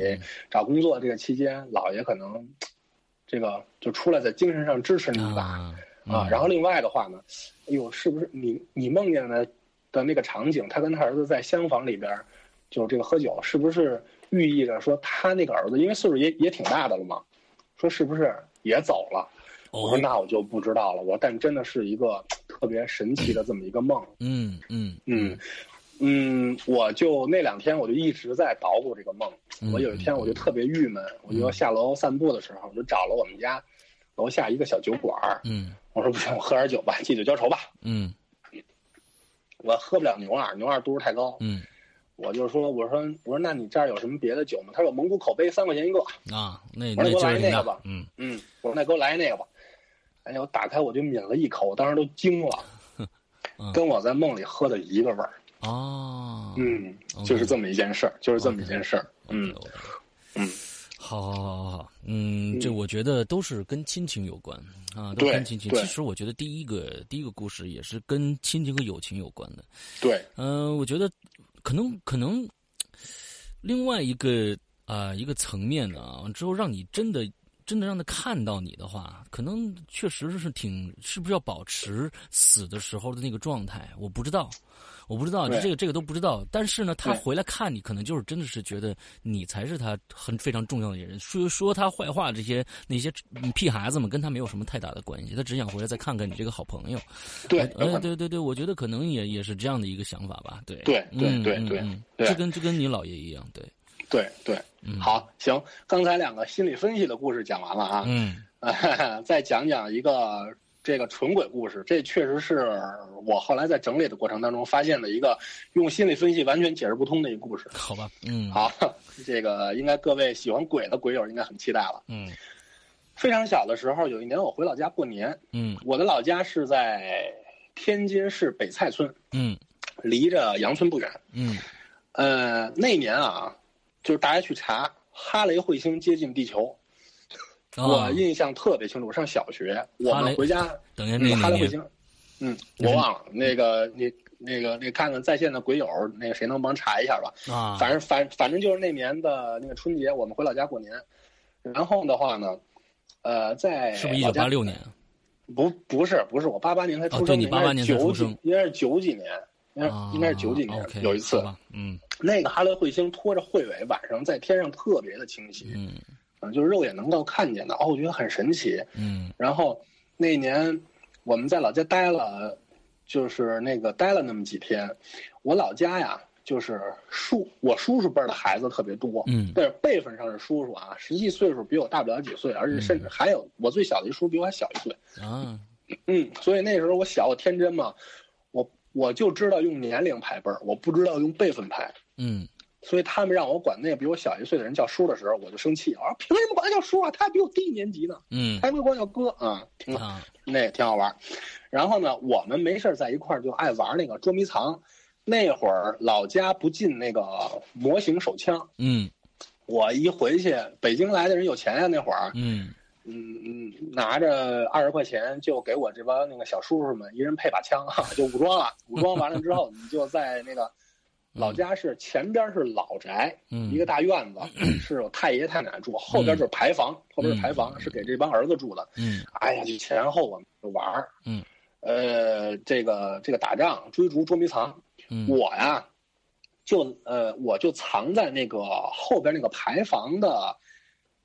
S5: 找工作这个期间，姥爷可能这个就出来在精神上支持你一把
S4: 啊
S5: 啊。然后另外的话呢，哎呦，是不是你你梦见的的那个场景，他跟他儿子在厢房里边儿就这个喝酒，是不是寓意着说他那个儿子因为岁数也也挺大的了嘛，说是不是也走了？”我
S4: 哦
S5: 说，那我就不知道了。我但真的是一个特别神奇的这么一个梦。
S4: 嗯嗯
S5: 嗯嗯，我就那两天我就一直在捣鼓这个梦。
S4: 嗯
S5: 我有一天我就特别郁闷，我就下楼散步的时候，我就找了我们家楼下一个小酒馆儿
S4: 嗯
S5: 我说不行，我喝点酒吧，借酒浇愁吧。
S4: 嗯
S5: 我喝不了牛二，牛二度数太高。
S4: 嗯
S5: 我就说，我说我说那你这儿有什么别的酒吗？他说蒙古口碑三块钱一个。
S4: 啊，那
S5: 我
S4: 那
S5: 说
S4: 劲
S5: 我来
S4: 儿挺
S5: 那
S4: 大
S5: 个吧，
S4: 嗯
S5: 嗯，我说那给我来那个吧。哎呀，我打开我就抿了一口，我当时都惊了
S4: 嗯，
S5: 跟我在梦里喝的一个味儿。
S4: 哦，
S5: 嗯
S4: OK，
S5: 就是这么一件事儿，就是这么一件事儿。嗯
S4: OK，OK，
S5: 嗯
S4: 好好好好好，嗯，这我觉得都是跟亲情有关啊，都
S5: 对
S4: 跟亲情。
S5: 对
S4: 其实我觉得第一个第一个故事也是跟亲情和友情有关的。
S5: 对，
S4: 嗯、我觉得可能可能另外一个啊、一个层面呢啊，之后让你真的真的让他看到你的话，可能确实是挺是不是要保持死的时候的那个状态，我不知道。我不知道，
S5: 对
S4: 这个这个都不知道。但是呢，他
S5: 对
S4: 回来看你，可能就是真的是觉得你才是他很非常重要的人。说说他坏话这些那些嗯屁孩子们，跟他没有什么太大的关系。他只想回来再看看你这个好朋友。
S5: 对，有
S4: 哎，
S5: 可能
S4: 对对对，我觉得可能也也是这样的一个想法吧。对
S5: 对对
S4: 嗯
S5: 对
S4: 嗯
S5: 对
S4: 嗯
S5: 对
S4: 这跟这跟你姥爷一样，对，
S5: 对对。
S4: 嗯，，
S5: 好，行，刚才两个心理分析的故事讲完了啊，
S4: 嗯
S5: 再讲讲一个这个纯鬼故事。这确实是我后来在整理的过程当中发现的一个用心理分析完全解释不通的一个故事。
S4: 好吧，嗯，，
S5: 好，这个应该各位喜欢鬼的鬼友应该很期待了。
S4: 嗯
S5: 非常小的时候，有一年我回老家过年，
S4: 嗯
S5: 我的老家是在天津市北蔡村，
S4: 嗯
S5: 离着杨村不远。
S4: 嗯
S5: 呃，那年啊，就是大家去查哈雷彗星接近地球，
S4: 啊，
S5: 我印象特别清楚。上小学，我
S4: 哈雷
S5: 们回家，
S4: 等一下
S5: 嗯
S4: 那
S5: 哈
S4: 个
S5: 雷彗
S4: 年
S5: 星，嗯，
S4: 就是
S5: 我忘了那个你。那个，那个看看在线的鬼友，那个谁能帮查一下吧？
S4: 啊，
S5: 反正反反正就是那年的那个春节，我们回老家过年，然后的话呢，呃，在
S4: 是不是一
S5: 老
S4: 九
S5: 家
S4: 八六年？啊
S5: 不，不是，不是，我八八年才
S4: 哦
S5: 出
S4: 对
S5: 生，
S4: 你
S5: 应该
S4: 88
S5: 是
S4: 年才
S5: 九
S4: 出
S5: 几
S4: 生，
S5: 应该是九几年，应该
S4: 啊
S5: 应该是九几年。
S4: ，OK，
S5: 有一次
S4: 好，吧，嗯
S5: 那个哈雷彗星拖着彗尾，晚上在天上特别的清晰，
S4: 嗯
S5: 啊，就是肉眼能够看见的。哦，我觉得很神奇。
S4: 嗯
S5: 然后那年我们在老家待了，就是那个待了那么几天。我老家呀，就是叔，我叔叔辈儿的孩子特别多，
S4: 嗯
S5: 但是辈分上是叔叔啊，实际岁数比我大不了几岁，而且甚至还有我最小的一叔比我还小一岁。
S4: 啊，
S5: 嗯，所以那时候我小，我天真嘛，我我就知道用年龄排辈儿，我不知道用辈分排。
S4: 嗯
S5: 所以他们让我管那个比我小一岁的人叫叔的时候，我就生气，我说凭什么管他叫叔啊？他还比我低一年级呢，
S4: 嗯
S5: 他还没管我叫哥啊，挺好，
S4: 啊，
S5: 那也挺好玩。然后呢，我们没事儿在一块儿就爱玩那个捉迷藏。那会儿老家不进那个模型手枪，
S4: 嗯
S5: 我一回去，北京来的人有钱呀、那会儿，
S4: 嗯
S5: 嗯嗯，拿着二十块钱就给我这帮那个小叔叔们一人配把枪啊，就武装了。武装完了之后，你就在那个老家是前边是老宅，
S4: 嗯，
S5: 一个大院子，是有太爷太奶住，后边就是牌坊，后边是牌坊，是给这帮儿子住的。
S4: 嗯
S5: 哎呀，就前后我们就玩儿，
S4: 嗯，
S5: 呃，这个这个打仗、追逐、捉迷藏，
S4: 嗯
S5: 我呀，就呃，我就藏在那个后边那个牌坊的，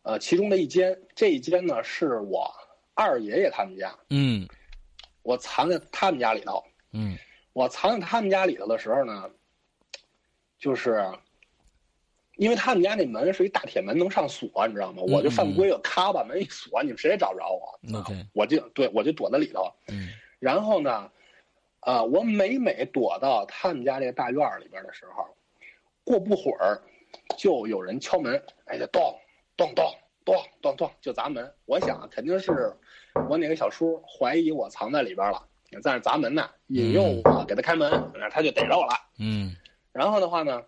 S5: 呃，其中的一间，这一间呢是我二爷爷他们家，
S4: 嗯
S5: 我藏在他们家里头。
S4: 嗯
S5: 我藏在他们家里头的时候呢，就是因为他们家那门是一大铁门，能上锁，你知道吗？
S4: 嗯
S5: 我就犯规了，咔把门一锁，你们谁也找不着我。
S4: OK
S5: 我就对我就躲在里头，
S4: 嗯
S5: 然后呢，啊，我每每躲到他们家这个大院儿里边的时候，过不会儿，就有人敲门，哎，就咚咚咚咚咚咚，就砸门。我想肯定是我哪个小叔怀疑我藏在里边了，但是砸门呢，引诱我给他开门，那他就逮着我了。
S4: 嗯
S5: 然后的话呢，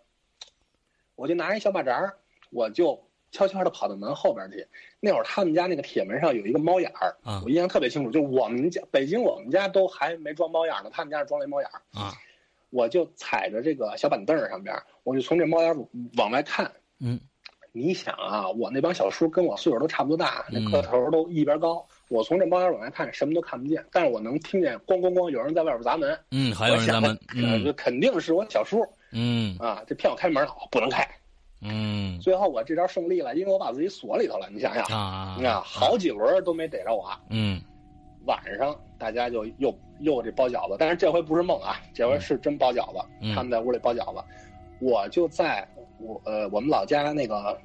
S5: 我就拿一小把扎儿，我就悄悄的跑到门后边去。那会儿他们家那个铁门上有一个猫眼儿，
S4: 啊
S5: 我印象特别清楚。就我们家北京，我们家都还没装猫眼儿呢，他们家是装了一猫眼儿。
S4: 啊
S5: 我就踩着这个小板凳儿上边儿，我就从这猫眼儿往外看。
S4: 嗯
S5: 你想啊，我那帮小叔跟我岁数都差不多大，那
S4: 嗯
S5: 个头儿都一边高。我从这猫眼儿往外看，什么都看不见，但是我能听见咣咣咣有人在外边砸门。
S4: 嗯，还有人砸
S5: [laughs]
S4: 门，
S5: 我想，呃
S4: 嗯
S5: 这肯定是我小叔
S4: 嗯
S5: 啊！这骗我开门儿，我不能开。
S4: 嗯
S5: 最后我这招胜利了，因为我把自己锁里头了。你想想，
S4: 啊
S5: 你看好几轮都没逮着我。
S4: 嗯
S5: 晚上大家就又又这包饺子，但是这回不是梦啊，这回是真包饺子。
S4: 嗯
S5: 他们在屋里包饺子，我就在我呃我们老家那个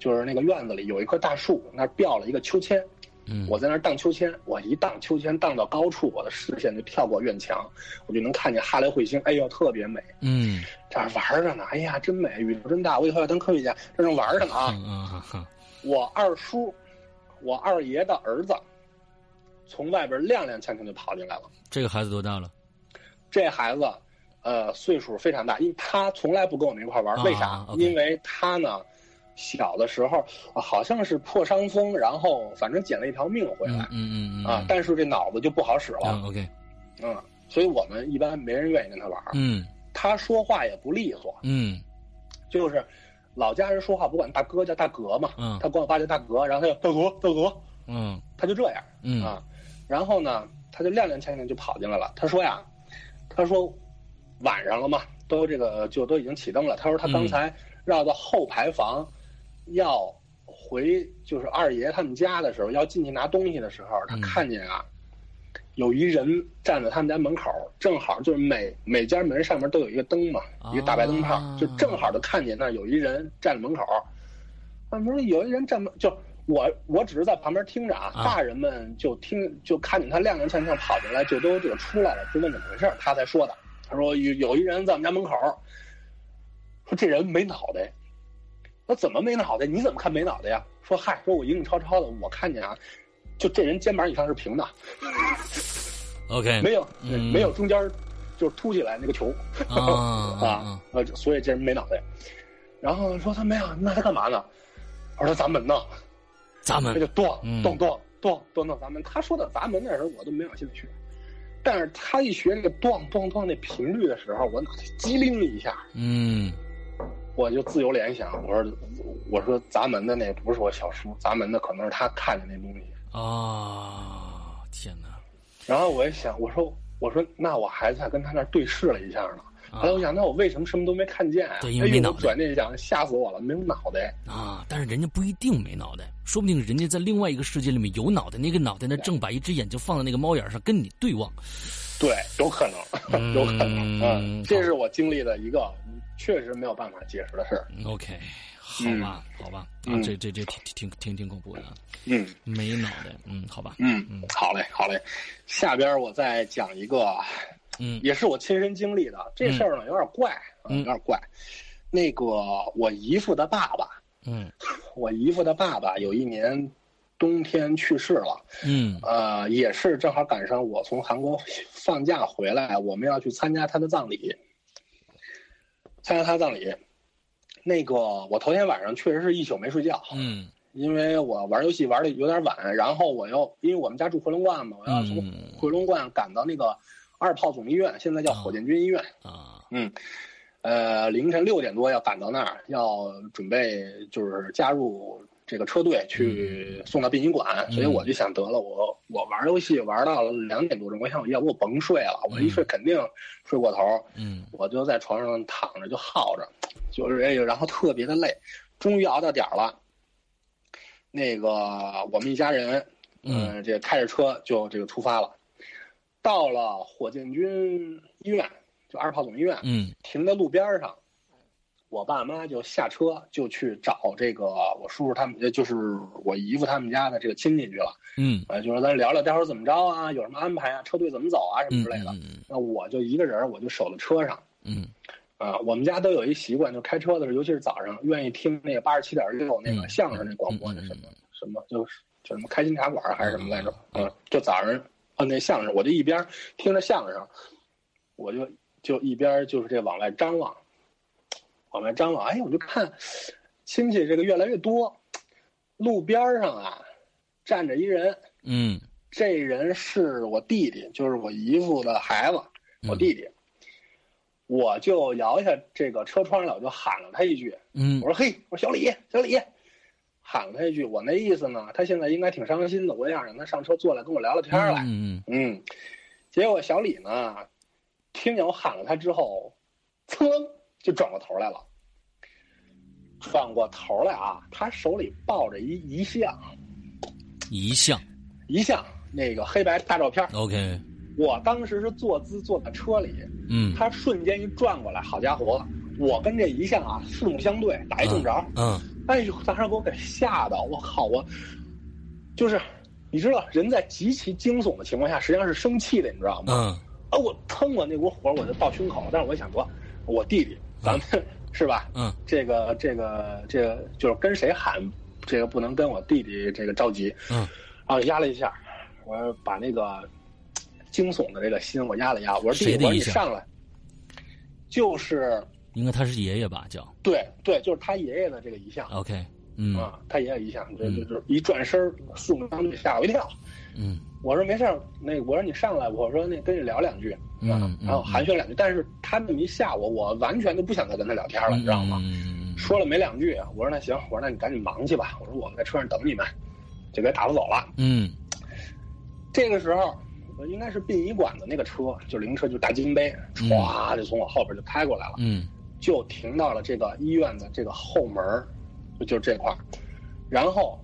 S5: 就是那个院子里有一棵大树，那儿吊了一个秋千，
S4: 嗯，
S5: 我在那儿荡秋千，我一荡秋千荡到高处，我的视线就跳过院墙，我就能看见哈雷彗星，哎呦特别美。
S4: 嗯
S5: 这儿玩着呢，哎呀，真美，宇宙真大，我以后要当科学家，这正玩着呢啊！
S4: 嗯啊哈
S5: 我二叔，我二爷的儿子，从外边踉踉跄跄就跑进来了。
S4: 这个孩子多大了？
S5: 这孩子，呃，岁数非常大，因为他从来不跟我们一块玩，
S4: 啊
S5: 为啥？
S4: OK
S5: 因为他呢，小的时候、啊好像是破伤风，然后反正捡了一条命回
S4: 嗯
S5: 来、
S4: 嗯嗯
S5: 啊，但是这脑子就不好使了，
S4: o k
S5: 嗯所以我们一般没人愿意跟他玩。
S4: 嗯
S5: 他说话也不利索，
S4: 嗯
S5: 就是老家人说话不管大哥叫大哥嘛，
S4: 嗯
S5: 他管我爸叫大哥，然后他就大哥大哥，
S4: 嗯
S5: 他就这样
S4: 嗯
S5: 啊。然后呢，他就踉踉跄跄就跑进来了。他说呀，他说晚上了嘛，都这个就都已经起灯了。他说他刚
S4: 嗯
S5: 才绕到后排房，要回就是二爷他们家的时候，要进去拿东西的时候，他
S4: 嗯
S5: 看见啊。有一人站在他们家门口，正好就是每每家门上面都有一个灯嘛，一个大白灯泡
S4: 啊，
S5: 就正好就看见那儿有一人站在门口。啊，不是有一人站门，就我我只是在旁边听着啊，
S4: 啊
S5: 大人们就听就看见他踉踉跄跄跑进来，就都这个出来了，就问怎么回事儿，他才说的。他说有有一人在我们家门口，说这人没脑袋。我怎么没脑袋？你怎么看没脑袋呀？说嗨，说我英语超超的，我看见啊，就这人肩膀以上是平的，
S4: ，OK，
S5: 没有、呃
S4: 嗯
S5: 没有中间就是凸起来那个球 [laughs]
S4: 啊
S5: 啊，呃，所以这人没脑袋。然后说他没有，那他干嘛呢？我说他砸门呢。
S4: 砸门
S5: 他就咚
S4: 嗯
S5: 咚咚咚咚咚砸门。他说的砸门的时候，我都没往心里去。但是他一学那个咚咚咚那频率的时候，我脑袋机灵一下，
S4: 嗯
S5: 我就自由联想，我说我说砸门的那不是我小叔，砸门的可能是他看见那东西。
S4: 啊，天哪，
S5: 然后我一想，我说我说那我还在跟他那儿对视了一下呢。
S4: 啊
S5: 后来我想，那我为什么什么都没看见啊？
S4: 对因为没
S5: 哎呦
S4: 脑
S5: 我
S4: 袋
S5: 转念一想，吓死我了，没有脑袋。
S4: 啊！但是人家不一定没脑袋，说不定人家在另外一个世界里面有脑袋，那个脑袋呢正把一只眼睛放在那个猫眼上跟你对望。
S5: 对，有可能， [laughs] 有可能。
S4: 嗯
S5: 嗯，这是我经历的一个确实没有办法解释的事儿。
S4: OK，好吧，好吧，啊，
S5: 嗯
S4: 这这这挺挺挺挺恐怖的啊，
S5: 嗯。
S4: 没脑袋，嗯，好吧，
S5: 嗯，好嘞，好嘞。下边我再讲一个，啊
S4: 嗯
S5: 也是我亲身经历的。这事儿呢有点怪，啊
S4: 嗯
S5: 有点怪。那个我姨父的爸爸，
S4: 嗯
S5: 我姨父的爸爸有一年冬天去世了。
S4: 嗯
S5: 呃，也是正好赶上我从韩国放假回来，我们要去参加他的葬礼，参加他的葬礼。那个我头天晚上确实是一宿没睡觉，
S4: 嗯
S5: 因为我玩游戏玩的有点晚，然后我又因为我们家住回龙观嘛，我要从
S4: 嗯
S5: 回龙观赶到那个二炮总医院，现在叫火箭军医院。
S4: 啊
S5: 呃，凌晨六点多要赶到那儿，要准备就是加入这个车队去送到殡仪馆，所以我就想得了，我我玩游戏玩到两点多钟，我想要不我甭睡了，我一睡肯定睡过头，
S4: 嗯
S5: 我就在床上躺着就耗着，就是哎呦，然后特别的累，终于熬到点儿了。那个我们一家人，
S4: 嗯
S5: 呃，这个开着车就这个出发了，到了火箭军医院，就二炮总医院，
S4: 嗯
S5: 停在路边儿上。我爸妈就下车就去找这个我叔叔他们，呃就是我姨父他们家的这个亲戚去了。
S4: 嗯
S5: 呃，就说咱聊聊待会儿怎么着啊，有什么安排啊，车队怎么走啊，什么
S4: 嗯
S5: 之类的。
S4: 嗯
S5: 那我就一个人儿，我就守在车上。
S4: 嗯
S5: 啊、我们家都有一习惯，就开车的时候，尤其是早上，愿意听那个八十七点六那个
S4: 嗯
S5: 相声那广播，
S4: 嗯
S5: 那
S4: 嗯
S5: 什么
S4: 嗯
S5: 什么就是就什么开心茶馆还是什么来着？
S4: 嗯
S5: 嗯，就早上啊那相声，我就一边听着相声，我就就一边就是这往外张望，往外张望，哎，我就看亲戚这个越来越多，路边上啊站着一人，
S4: 嗯，
S5: 这人是我弟弟，就是我姨父的孩子，我弟弟。我就摇下这个车窗来，我就喊了他一句，
S4: 嗯
S5: 我说：“嘿，我说小李，小李。”喊了他一句，我那意思呢，他现在应该挺伤心的，我也想让他上车坐来跟我聊聊天儿来。
S4: 嗯
S5: 嗯结果小李呢，听见我喊了他之后，噌楞就转过头来了。转过头来啊，他手里抱着一遗像，
S4: 一项
S5: 遗像那个黑白大照片儿。
S4: ，OK，
S5: 我当时是坐姿坐在车里，
S4: 嗯，
S5: 他瞬间一转过来，好家伙，我跟这遗像啊四目相对，打一正着。
S4: 嗯，
S5: 哎呦，当时给我给吓到，我靠，我就是，你知道人在极其惊悚的情况下，实际上是生气的，你知道吗？
S4: 嗯
S5: 啊，我腾我那股火我就到胸口了，但是我想说，我弟弟，咱们、 [laughs] 是吧？
S4: 嗯
S5: 这个这个这个就是跟谁喊，这个不能跟我弟弟这个着急，
S4: 嗯
S5: 然后压了一下，我把那个惊悚的这个心我压了压，我说弟
S4: 谁
S5: 弟，
S4: 的
S5: 我说
S4: 遗
S5: 你
S4: 像
S5: 上来，就是
S4: 应该他是爷爷吧，叫
S5: 对对，就是他爷爷的这个遗像。
S4: OK，嗯
S5: 啊，他也有一项，就
S4: 嗯
S5: 就就一转身儿，四目相对，吓我一跳。
S4: 嗯
S5: 我说没事儿，那我说你上来，我说那跟你聊两句，啊
S4: 嗯，
S5: 然后寒暄两句。但是他那么一吓我，我完全就不想再跟他聊天了，你知道吗？
S4: 嗯
S5: 说了没两句，我说那行，我说那你赶紧忙去吧，我说我在车上等你们，就给打发走了。
S4: 嗯
S5: 这个时候，我应该是殡仪馆的那个车，就灵车，就大金杯，
S4: 嗯
S5: 唰就从我后边就开过来了。
S4: 嗯
S5: 就停到了这个医院的这个后门儿，就就这块儿，然后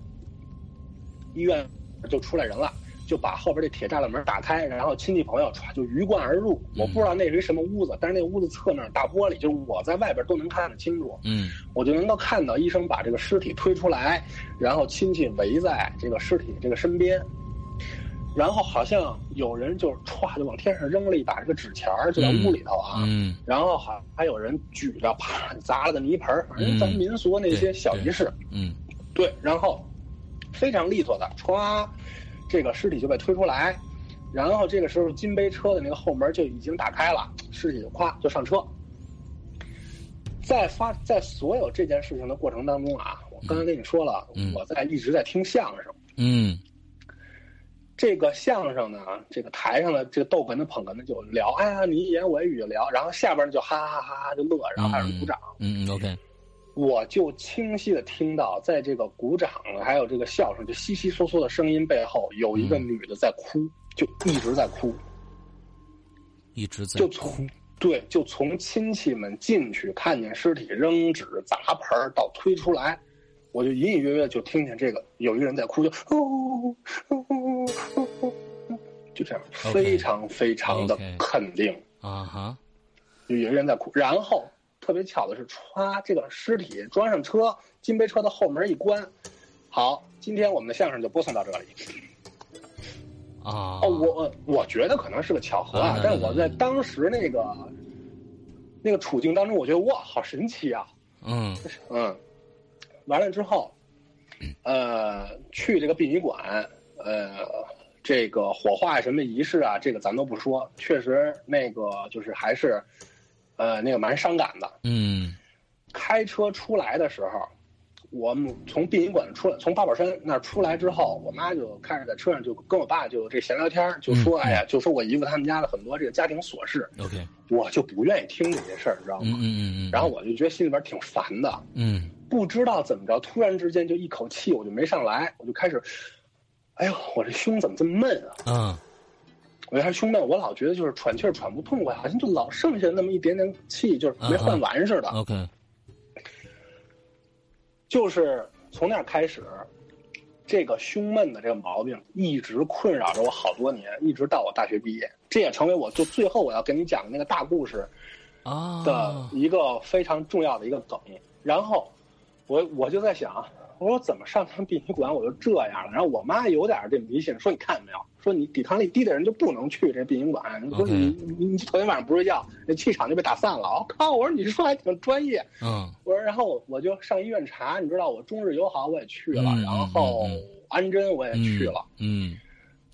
S5: 医院就出来人了，就把后边这铁栅栏门打开，然后亲戚朋友歘就鱼贯而入。
S4: 嗯
S5: 我不知道那是一什么屋子，但是那屋子侧面大玻璃，就是我在外边都能看得清楚，
S4: 嗯
S5: 我就能够看到医生把这个尸体推出来，然后亲戚围在这个尸体这个身边。然后好像有人就歘就往天上扔了一把这个纸钱儿，就在屋里头啊，
S4: 嗯
S5: 然后还还有人举着啪砸了个泥盆儿，反
S4: 嗯
S5: 正咱民俗那些
S4: 对
S5: 小仪式，
S4: 嗯
S5: 对然后非常利索的歘，这个尸体就被推出来，然后这个时候金杯车的那个后门就已经打开了，尸体就咵就上车。在发在所有这件事情的过程当中啊，我刚才跟你说了，
S4: 嗯
S5: 我在一直在听相声。
S4: 嗯
S5: 这个相声呢，这个台上的这个逗哏的捧哏的就聊，哎呀，你一言我一语就聊，然后下边就哈哈哈哈就乐，然后还有人鼓掌，
S4: 嗯 OK，
S5: 我就清晰的听到，在这个鼓掌啊还有这个笑声，就稀稀疏疏的声音背后，有一个
S4: 嗯
S5: 女的在哭，就一直在哭，
S4: 一直在
S5: 就从对，就从亲戚们进去看见尸体扔纸砸盆儿到推出来，我就隐隐约约就听见这个有一个人在哭，就哦哦哦哦哦哦，就这样，
S4: OK
S5: 非常非常的
S4: OK
S5: 肯定。
S4: 啊哈，
S5: 就有一个人在哭。然后特别巧的是，歘，这个尸体装上车，金杯车的后门一关。好，今天我们的相声就播送到这里。
S4: 啊
S5: 哦，我呃我觉得可能是个巧合啊
S4: 嗯，
S5: 但是我在当时那个那个处境当中，我觉得哇，好神奇啊！
S4: 嗯
S5: 嗯，完了之后，呃，去这个殡仪馆，呃，这个火化什么仪式啊，这个咱都不说，确实那个就是还是，呃，那个蛮伤感的。
S4: 嗯
S5: 开车出来的时候，我母从殡仪馆出来，从八宝山那儿出来之后，我妈就开始在车上就跟我爸就这闲聊天儿，就说：“
S4: 嗯
S5: 哎呀，就说我姨父他们家的很多这个家庭琐事，
S4: OK，
S5: 我就不愿意听这些事儿，你知道
S4: 嗯
S5: 吗？”
S4: 嗯嗯，
S5: 然后我就觉得心里边挺烦的，
S4: 嗯
S5: 不知道怎么着，突然之间就一口气我就没上来，我就开始，哎呦，我这胸怎么这么闷啊？
S4: 啊
S5: 我要是胸闷，我老觉得就是喘气儿喘不痛快，好像就老剩下那么一点点气，就是
S4: 嗯
S5: 没换完似的。
S4: OK，
S5: 就是从那儿开始，这个胸闷的这个毛病一直困扰着我好多年，一直到我大学毕业。这也成为我就最后我要跟你讲的那个大故事
S4: 啊
S5: 的一个非常重要的一个梗。然后我我就在想，我说怎么上趟殡仪馆我就这样了？然后我妈有点这迷信，说你看见没有，说你抵抗力低的人就不能去这殡仪馆。你说你你你头天晚上不睡觉，那气场就被打散了。我、靠！我说你说还挺专业。
S4: 嗯
S5: 我说然后我就上医院查，你知道我中日友好我也去了，
S4: 嗯嗯
S5: 然后
S4: 嗯
S5: 安贞我也去了。
S4: 嗯，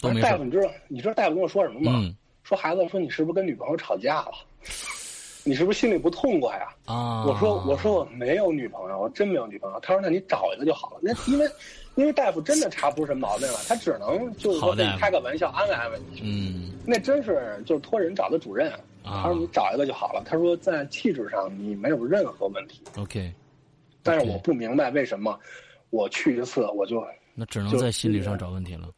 S4: 都
S5: 我说
S4: 没事
S5: 大
S4: 儿
S5: 夫，。你知道你知道大夫跟我说什么吗？
S4: 嗯
S5: 说孩子，说你是不是跟女朋友吵架了？你是不是心里不痛快呀、
S4: 啊，
S5: 我说我说我没有女朋友，我真没有女朋友。他说那你找一个就好了。那因为因为大夫真的查不出什么毛病了，他只能就是
S4: 好
S5: 说
S4: 大
S5: 给
S4: 夫
S5: 你开个玩笑安慰安慰你。
S4: 嗯
S5: 那真是就是托人找的主任，
S4: 啊
S5: 他说你找一个就好了。他说在气质上你没有任何问题，
S4: ，OK，
S5: 但是我不明白为什么我去一次我就
S4: 那只能
S5: 就
S4: 在心理上找问题了。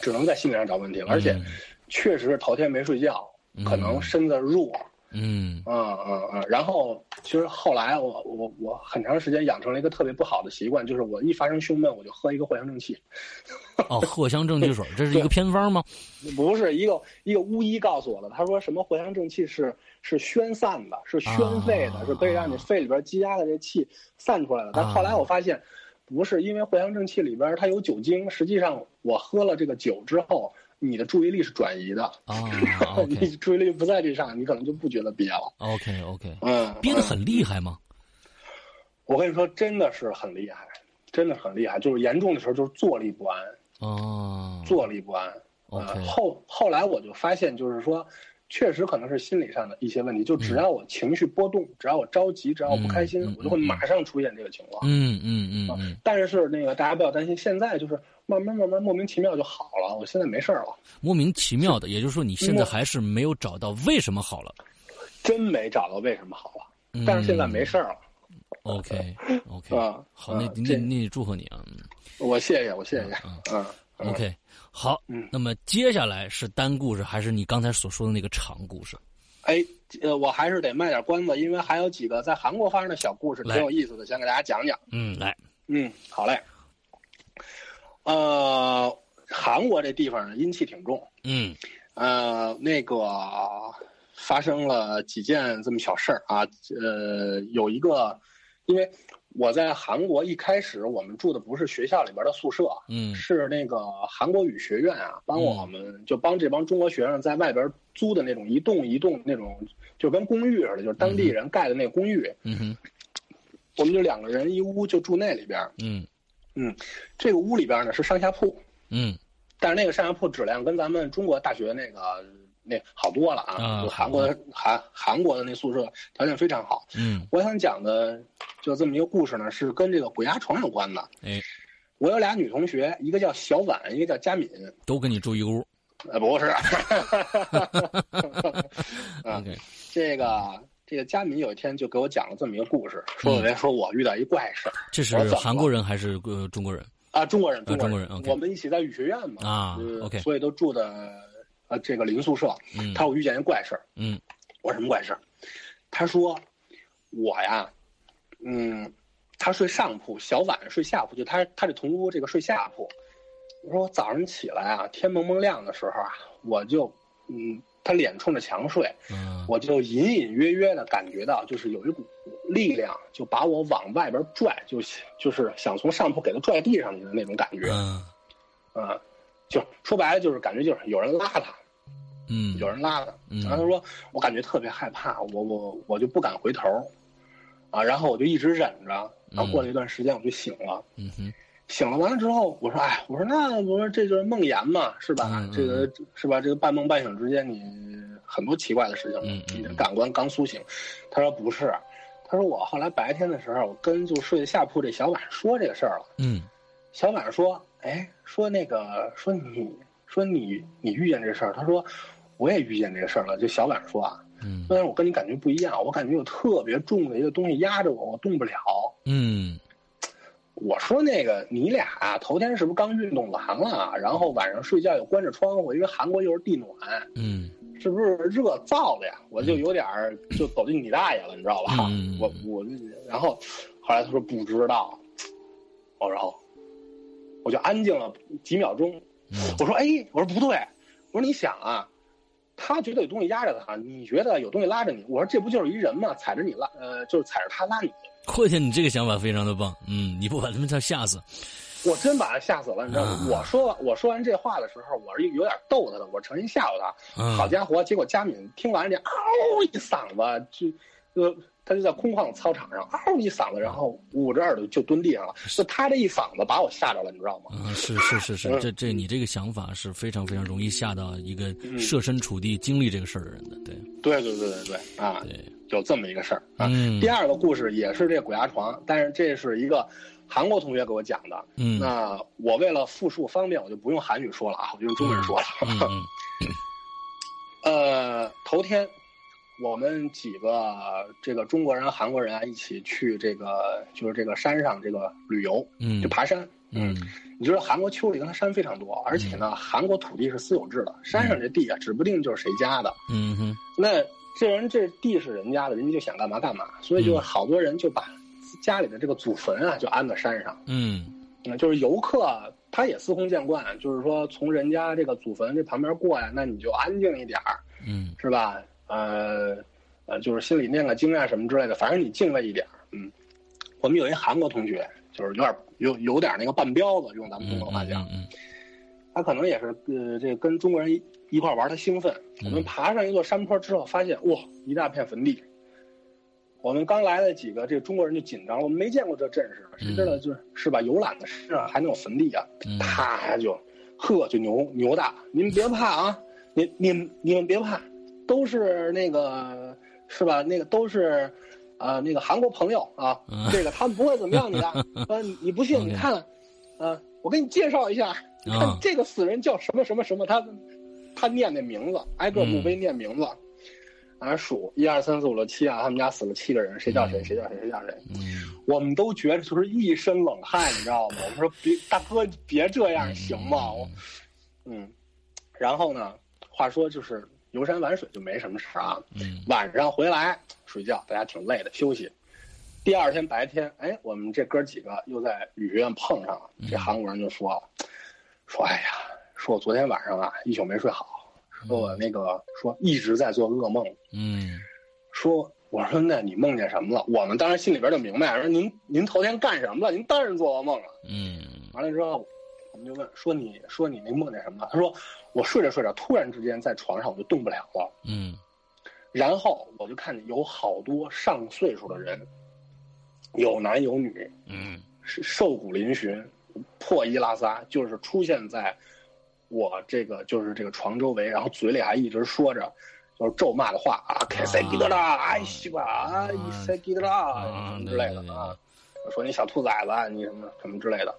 S5: 只能在心理上找问题了，而且
S4: 嗯
S5: 确实是头天没睡觉，可能身子弱，
S4: 嗯
S5: 嗯嗯嗯，然后其实后来我我我很长时间养成了一个特别不好的习惯，就是我一发生胸闷我就喝一个藿香正气， [laughs]
S4: 哦，藿香正气水，这是一个偏方吗？
S5: 不是一个一个巫医告诉我的，他说什么藿香正气是是宣散的，是宣肺的，
S4: 啊
S5: 是可以让你肺里边积压的这气散出来的。但后来我发现，不是因为藿香正气里边它有酒精，实际上我喝了这个酒之后，你的注意力是转移的， [laughs]
S4: 啊
S5: 你
S4: ，OK
S5: 注意力不在这上，你可能就不觉得憋了。
S4: OK OK，
S5: 嗯，
S4: 憋得
S5: 嗯
S4: 很厉害吗？
S5: 我跟你说，真的是很厉害，真的很厉害。就是严重的时候，就是坐立不安，
S4: 啊
S5: 坐立不安。
S4: ，OK，
S5: 呃，后后来我就发现，就是说，确实可能是心理上的一些问题。就只要我情绪波动，只要我着急，只要我不开心，
S4: 嗯嗯
S5: 我就会马上出现这个情况。啊
S4: 嗯嗯嗯嗯，
S5: 但是那个大家不要担心，现在就是慢慢慢慢莫名其妙就好了，我现在没事儿了，
S4: 莫名其妙的，也就是说你现在
S5: 莫
S4: 还是没有找到为什么好了。
S5: 真没找到为什么好了。
S4: 嗯
S5: 但是现在没事儿了， [laughs]
S4: OK OK，
S5: 啊
S4: 好，那
S5: 啊
S4: 那
S5: 这
S4: 那祝贺你啊嗯
S5: 我谢谢，我谢谢，嗯。嗯
S4: ，OK，好
S5: 嗯，
S4: 那么接下来是单故事还是你刚才所说的那个长故事？
S5: 哎，呃，我还是得卖点关子，因为还有几个在韩国发生的小故事挺
S4: 来
S5: 有意思的，想给大家讲讲。
S4: 嗯，来，
S5: 嗯，好嘞。呃，韩国这地方呢阴气挺重，
S4: 嗯
S5: 呃，那个发生了几件这么小事儿啊，呃，有一个，因为我在韩国一开始我们住的不是学校里边的宿舍，
S4: 嗯
S5: 是那个韩国语学院啊，帮我们就帮这帮中国学生在外边租的那种一栋一栋那种，就跟公寓似的，就是当地人盖的那个公寓。
S4: 嗯哼
S5: 我们就两个人一屋，就住那里边儿。
S4: 嗯
S5: 这个屋里边呢是上下铺，
S4: 嗯
S5: 但是那个上下铺质量跟咱们中国大学那个那好多了
S4: 啊
S5: 啊，就韩国的韩韩国的那宿舍条件非常好。
S4: 嗯，
S5: 我想讲的就这么一个故事呢，是跟这个鬼压床有关的。
S4: 哎，
S5: 我有俩女同学，一个叫小婉，一个叫佳敏。
S4: 都跟你住一个屋。
S5: 呃，不是， [laughs] 啊
S4: OK，
S5: 这个这个佳敏有一天就给我讲了这么一个故事，说我说我遇到一怪事儿
S4: 这是
S5: 我怎么了
S4: 韩国人还是呃中国人？
S5: 啊，中国人，
S4: 啊
S5: 中国
S4: 中
S5: 人，
S4: 国人，OK
S5: 我们一起在语学院嘛
S4: 啊
S5: 就是
S4: OK
S5: 所以都住的呃这个邻宿舍。
S4: 嗯
S5: 他说我遇见一怪事儿，
S4: 嗯
S5: 我说什么怪事儿？他说我呀，嗯，他睡上铺，小婉睡下铺，就他他这同屋这个睡下铺。我说我早上起来啊，天蒙蒙亮的时候啊，我就嗯，他脸冲着墙睡，
S4: 嗯
S5: 我就隐隐约约的感觉到，就是有一股力量就把我往外边拽，就就是想从上铺给他拽地上去的那种感觉，
S4: 嗯
S5: 啊，就说白了就是感觉就是有人拉他，
S4: 嗯
S5: 有人拉他，
S4: 嗯
S5: 然后他说我感觉特别害怕，我我我就不敢回头，啊，然后我就一直忍着，然后过了一段时间我就醒了。
S4: 嗯哼
S5: 醒了完了之后，我说：“哎，我说那我说这就是梦魇嘛，是吧？
S4: 嗯嗯
S5: 这个是吧？这个半梦半醒之间，你很多奇怪的事情，
S4: 嗯嗯
S5: 你的感官刚苏醒。”他说：“不是，他说我后来白天的时候，我跟就睡下铺这小婉说这个事儿了。
S4: 嗯
S5: 小婉说：‘哎，说那个说你说你你遇见这事儿。’他说：‘我也遇见这事儿了。’就小婉说啊，
S4: 嗯
S5: 虽然我跟你感觉不一样，我感觉有特别重的一个东西压着我，我动不了。
S4: 嗯
S5: 我说那个你俩啊头天是不是刚运动完了，啊然后晚上睡觉又关着窗户，因为韩国又是地暖，
S4: 嗯
S5: 是不是热燥的呀？我就有点儿就走进你大爷了，你知道吧？
S4: 嗯
S5: 我我然后后来他说不知道，我然后我就安静了几秒钟，
S4: 嗯
S5: 我说哎，我说不对，我说你想啊，他觉得有东西压着他，你觉得有东西拉着你。我说这不就是一人吗？踩着你拉，呃，就是踩着他拉你。
S4: 阔姐，你这个想法非常的棒，嗯，你不把他们吓死，
S5: 我真把他吓死了，你知道吗？
S4: 啊
S5: 我说完我说完这话的时候，我是有点逗他的，我诚心吓唬他。
S4: 嗯，
S5: 好家伙，结果佳敏听完这嗷一嗓子，就呃，他就在空旷操场上嗷一嗓子，然后捂着耳朵就蹲地上了。就他这一嗓子把我吓着了，你知道吗？
S4: 啊，是是是
S5: 嗯
S4: 是，这这你这个想法是非常非常容易吓到一个
S5: 嗯
S4: 设身处地经历这个事儿的人的，对
S5: 对对对对对啊，
S4: 对，
S5: 有这么一个事儿啊。
S4: 嗯
S5: 第二个故事也是这鬼压床，但是这是一个韩国同学给我讲的。
S4: 嗯嗯
S5: 那我为了复述方便，我就不用韩语说了啊，我就用中文说了。
S4: 嗯
S5: 呃，头天我们几个这个中国人、韩国人啊一起去这个就是这个山上这个旅游，
S4: 嗯
S5: 就爬山。
S4: 嗯，
S5: 你知道韩国丘陵，它山非常多，而且呢，韩国土地是私有制的，山上这地啊，指不定就是谁家的。
S4: 嗯哼，
S5: 那这人这地是人家的，人家就想干嘛干嘛，
S4: 嗯
S5: 所以就好多人就把家里的这个祖坟啊，就安到山上。
S4: 嗯
S5: 嗯，就是游客啊他也司空见惯，就是说从人家这个祖坟这旁边过呀，那你就安静一点儿，
S4: 嗯
S5: 是吧？呃，呃，就是心里念个经啊什么之类的，反正你敬畏一点儿。嗯，我们有一韩国同学，就是有点儿有有点儿那个半彪子，用咱
S4: 嗯
S5: 们中国话讲，
S4: 嗯
S5: 他可能也是呃，这跟中国人一一块玩，他兴奋。
S4: 嗯
S5: 我们爬上一座山坡之后，发现哇，一大片坟地。我们刚来的几个这中国人就紧张了，我们没见过这阵势，谁知道就是是吧？游览的山啊，还能有坟地啊？
S4: 嗯
S5: 啪就，呵就牛牛大，你们别怕啊，你你们你们别怕，都是那个是吧？那个都是。啊、那个韩国朋友啊
S4: 嗯，
S5: 这个他们不会怎么
S4: [laughs]
S5: 样你的，呃，你你不信
S4: OK
S5: 你看，啊、我给你介绍一下，
S4: 嗯
S5: 看
S4: 啊
S5: 这个死人叫什么什么什么，他他念那名字，挨个墓
S4: 嗯
S5: 碑念名字，啊数一二三四五六七啊，他们家死了七个人，谁叫谁
S4: 嗯
S5: 谁叫谁谁叫谁，
S4: 嗯
S5: 我们都觉得就是一身冷汗，你知道吗？我们说别大哥别这样
S4: 嗯
S5: 行吗？我嗯，然后呢，话说就是游山玩水就没什么事儿啊，
S4: 嗯
S5: 晚上回来睡觉，大家挺累的，休息。第二天白天，哎，我们这哥几个又在旅学院碰上了。这韩国人就说了，说哎呀，说我昨天晚上啊一宿没睡好，说我那个说一直在做噩梦，
S4: 嗯
S5: 说我说那你梦见什么了？我们当时心里边就明白，说您您头天干什么了？您当然做噩梦了。
S4: 嗯
S5: 完了之后，我们就问说你说你那梦见什么了？他说我睡着睡着，突然之间在床上我就动不了了。
S4: 嗯
S5: 然后我就看见有好多上岁数的人，有男有女，
S4: 嗯
S5: 是瘦骨嶙峋，破衣拉撒，就是出现在我这个就是这个床周围，然后嘴里还一直说着。就是咒骂的话啊，开塞吉德拉，哎西瓜，啊，伊塞吉德拉什么之类的啊，我说你小兔崽子，啊你什么什么之类的，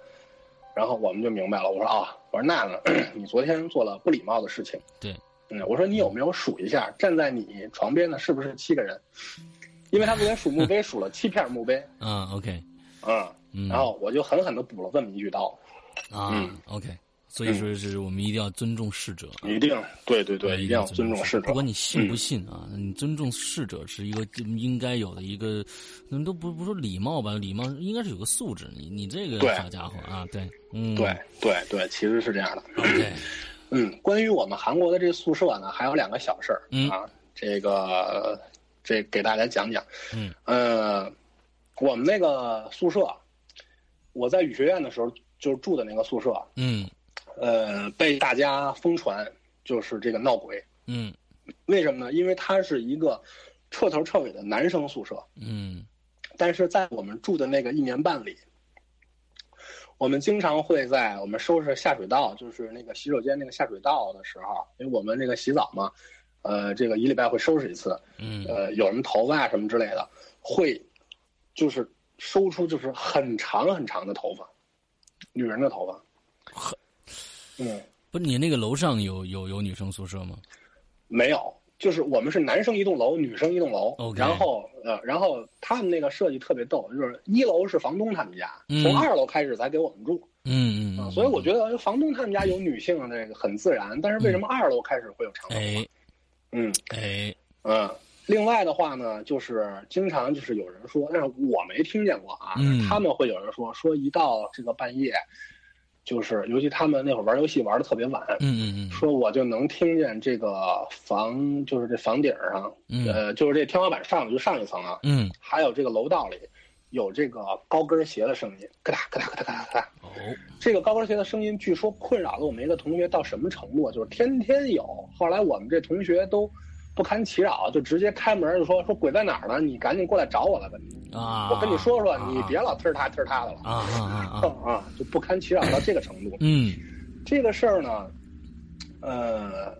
S5: 然后我们就明白了。我说啊，我说娜娜， [clears throat] 你昨天做了不礼貌的事情。
S4: 对，
S5: 嗯，我说你有没有数一下，站在你床边的是不是七个人？因为他昨天数墓碑数了七片墓碑，
S4: 啊，OK，
S5: 嗯，
S4: 嗯，
S5: 然后我就狠狠的补了这么一句刀，
S4: 啊
S5: 嗯
S4: ，OK，所以说是我们一定要尊重逝者啊，
S5: 一定，对对对，一定要尊重逝者嗯
S4: 不。管你信不信啊，你尊重逝者是一个应该有的一个，嗯，都不不说礼貌吧，礼貌应该是有个素质。你你这个
S5: 对
S4: 小家伙啊，对，嗯，
S5: 对对对，其实是这样的。
S4: ，OK，
S5: 嗯，关于我们韩国的这宿舍呢，还有两个小事儿、
S4: 嗯
S5: 啊，这个这给大家讲讲。
S4: 嗯，
S5: 呃，我们那个宿舍，我在语学院的时候就住的那个宿舍，
S4: 嗯
S5: 呃，被大家疯传就是这个闹鬼，
S4: 嗯
S5: 为什么呢？因为它是一个彻头彻尾的男生宿舍，
S4: 嗯
S5: 但是在我们住的那个一年半里，我们经常会在我们收拾下水道，就是那个洗手间那个下水道的时候，因为我们那个洗澡嘛，呃，这个一礼拜会收拾一次，
S4: 嗯
S5: 呃，有什么头发什么之类的，会就是收出就是很长很长的头发，女人的头发，嗯，
S4: 不是你那个楼上有有有女生宿舍吗？
S5: 没有。就是我们是男生一栋楼，女生一栋楼
S4: OK
S5: 然后呃，然后他们那个设计特别逗，就是一楼是房东他们家，
S4: 嗯
S5: 从二楼开始才给我们住，
S4: 嗯嗯，
S5: 啊，
S4: 嗯
S5: 所以我觉得房东他们家有女性的这个很自然，但是为什么二楼开始会有长头发？
S4: 哎
S5: 嗯
S4: 哎，
S5: 嗯。另外的话呢，就是经常就是有人说，但是我没听见过啊，
S4: 嗯
S5: 他们会有人说说一到这个半夜，就是尤其他们那会儿玩游戏玩的特别晚，
S4: 嗯嗯
S5: 说我就能听见这个房，就是这房顶上，
S4: 嗯
S5: 呃，就是这天花板上就上一层啊，
S4: 嗯嗯，
S5: 还有这个楼道里有这个高跟鞋的声音，咯哒咯哒咯哒咯哒咯哒。
S4: 哦，
S5: 这个高跟鞋的声音，据说困扰了我们一个同学到什么程度啊？就是天天有。后来我们这同学都不堪其扰，就直接开门就说说鬼在哪儿呢？你赶紧过来找我来吧！
S4: 啊，
S5: 我跟你说说，
S4: 啊
S5: 你别老呲儿他呲儿他的了。
S4: 啊啊啊啊，
S5: 啊，就不堪其扰到这个程
S4: [laughs]
S5: 度。
S4: 嗯
S5: 这个事儿呢，呃，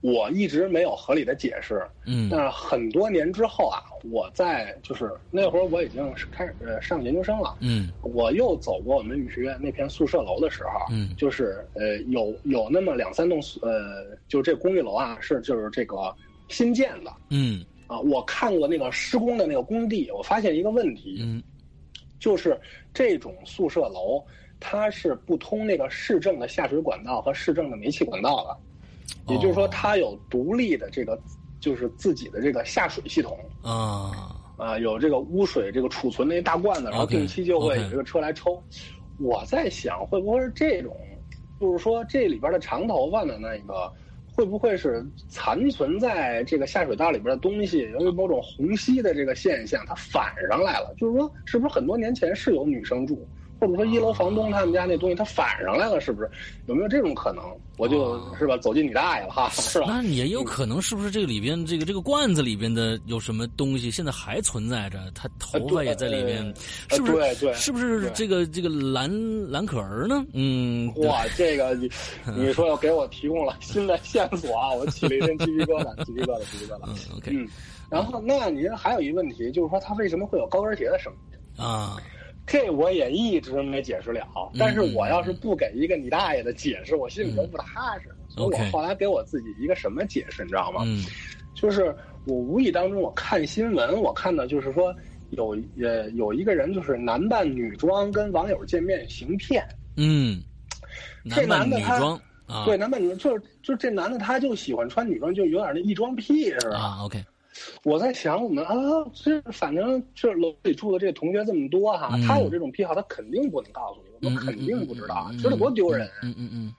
S5: 我一直没有合理的解释。
S4: 嗯
S5: 但是很多年之后啊，我在就是那会儿我已经是开始呃上研究生了，
S4: 嗯
S5: 我又走过我们语学院那片宿舍楼的时候，啊
S4: 嗯
S5: 就是呃有有那么两三栋宿呃，就这公寓楼啊是就是这个新建的
S4: 嗯
S5: 啊，我看过那个施工的那个工地，我发现一个问题，
S4: 嗯
S5: 就是这种宿舍楼它是不通那个市政的下水管道和市政的煤气管道的，也就是说
S4: 哦
S5: 它有独立的这个就是自己的这个下水系统。
S4: 啊，
S5: 啊，有这个污水这个储存的一大罐子，然后
S4: OK，
S5: 定期就会
S4: OK
S5: 有这个车来抽。我在想，会不会是这种，就是说这里边的长头发的那个，会不会是残存在这个下水道里边的东西，由于某种虹吸的这个现象，它反上来了？就是说，是不是很多年前是有女生住？或者说一楼房
S4: 啊
S5: 东他们家那东西它反上来了，是不是？有没有这种可能？我就
S4: 啊
S5: 是吧，走进你大爷了哈，是吧？嗯
S4: 那也有可能是不是这个里边这个这个罐子里边的有什么东西现在还存在着？他头发也在里边，
S5: 呃
S4: 是不是？
S5: 啊对对
S4: 是不是
S5: 对
S4: 这个这个蓝蓝可儿呢？嗯，对
S5: 哇，这个
S4: [laughs]
S5: 你你说要给我提供了新的线索啊，我起了一身鸡皮疙瘩，鸡皮疙瘩，鸡皮疙瘩。
S4: 嗯，OK
S5: 嗯，然后那您还有一问题，就是说他为什么会有高跟鞋的声音？
S4: 啊，
S5: 这我也一直没解释了。
S4: 嗯
S5: 但是我要是不给一个你大爷的解释，我心里都不踏实。
S4: 嗯
S5: 所以
S4: OK
S5: 我后来给我自己一个什么解释，你知道吗？
S4: 嗯
S5: 就是我无意当中我看新闻，我看到就是说有呃有一个人就是男扮女装跟网友见面行骗。
S4: 嗯，
S5: 这
S4: 男扮
S5: 男的
S4: 女
S5: 他
S4: 装啊，
S5: 对，男扮女就是就这男的，他就喜欢穿女装，就有点那异装癖似的。
S4: 啊，OK，
S5: 我在想，我们啊，这反正这楼里住的这同学这么多哈，
S4: 嗯
S5: 他有这种癖好，他肯定不能告诉你，我
S4: 嗯
S5: 们肯定不知道，
S4: 嗯嗯嗯嗯
S5: 知道多丢人。
S4: 嗯嗯嗯，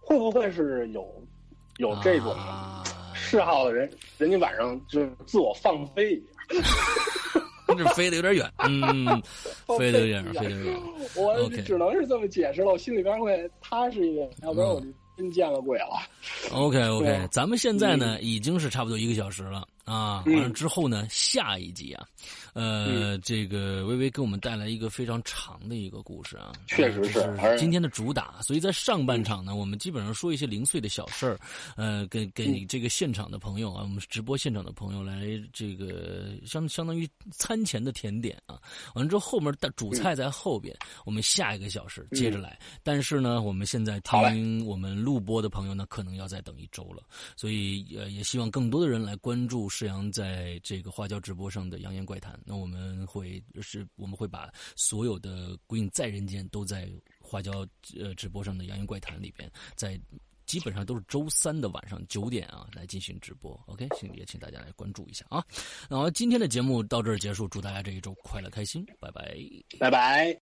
S5: 会不会是有有哦这种
S4: 啊
S5: 嗜好的人，人家晚上就是自我放飞一样？
S4: 这飞得有点远，嗯，飞得有点
S5: 放
S4: 远，飞得
S5: 哦飞一
S4: 有点
S5: 样
S4: 远。
S5: [laughs] 我
S4: OK
S5: 只能是这么解释了，我心里边会踏实一点，要不
S4: 嗯
S5: 然我就真见了鬼了。
S4: OK
S5: [laughs] 对
S4: OK，
S5: 啊
S4: 咱们现在呢、已经是差不多一个小时了啊。
S5: 嗯
S4: 完了之后呢，下一集啊，呃，这个微微给我们带来一个非常长的一个故事啊，
S5: 确实是嗯
S4: 这
S5: 而
S4: 今天的主打。所以在上半场呢，我们基本上说一些零碎的小事儿，呃，给
S5: 嗯
S4: 给这个现场的朋友啊，我们直播现场的朋友来这个相相当于餐前的甜点啊。完了之后，后面的主菜在后边，我们下一个小时接着来。但是呢，我们现在
S5: 好嘞
S4: 听我们录播的朋友呢，可能要再等一周了。所以呃，也希望更多的人来关注世阳在这个花椒直播上的《扬言怪谈》。那我们会是我们会把所有的《鬼影在人间》都在花椒呃直播上的《扬言怪谈》里边，在基本上都是周三的晚上九点啊来进行直播。OK，请也请大家来关注一下啊。然后今天的节目到这儿结束，祝大家这一周快乐开心，拜拜。
S5: 拜拜。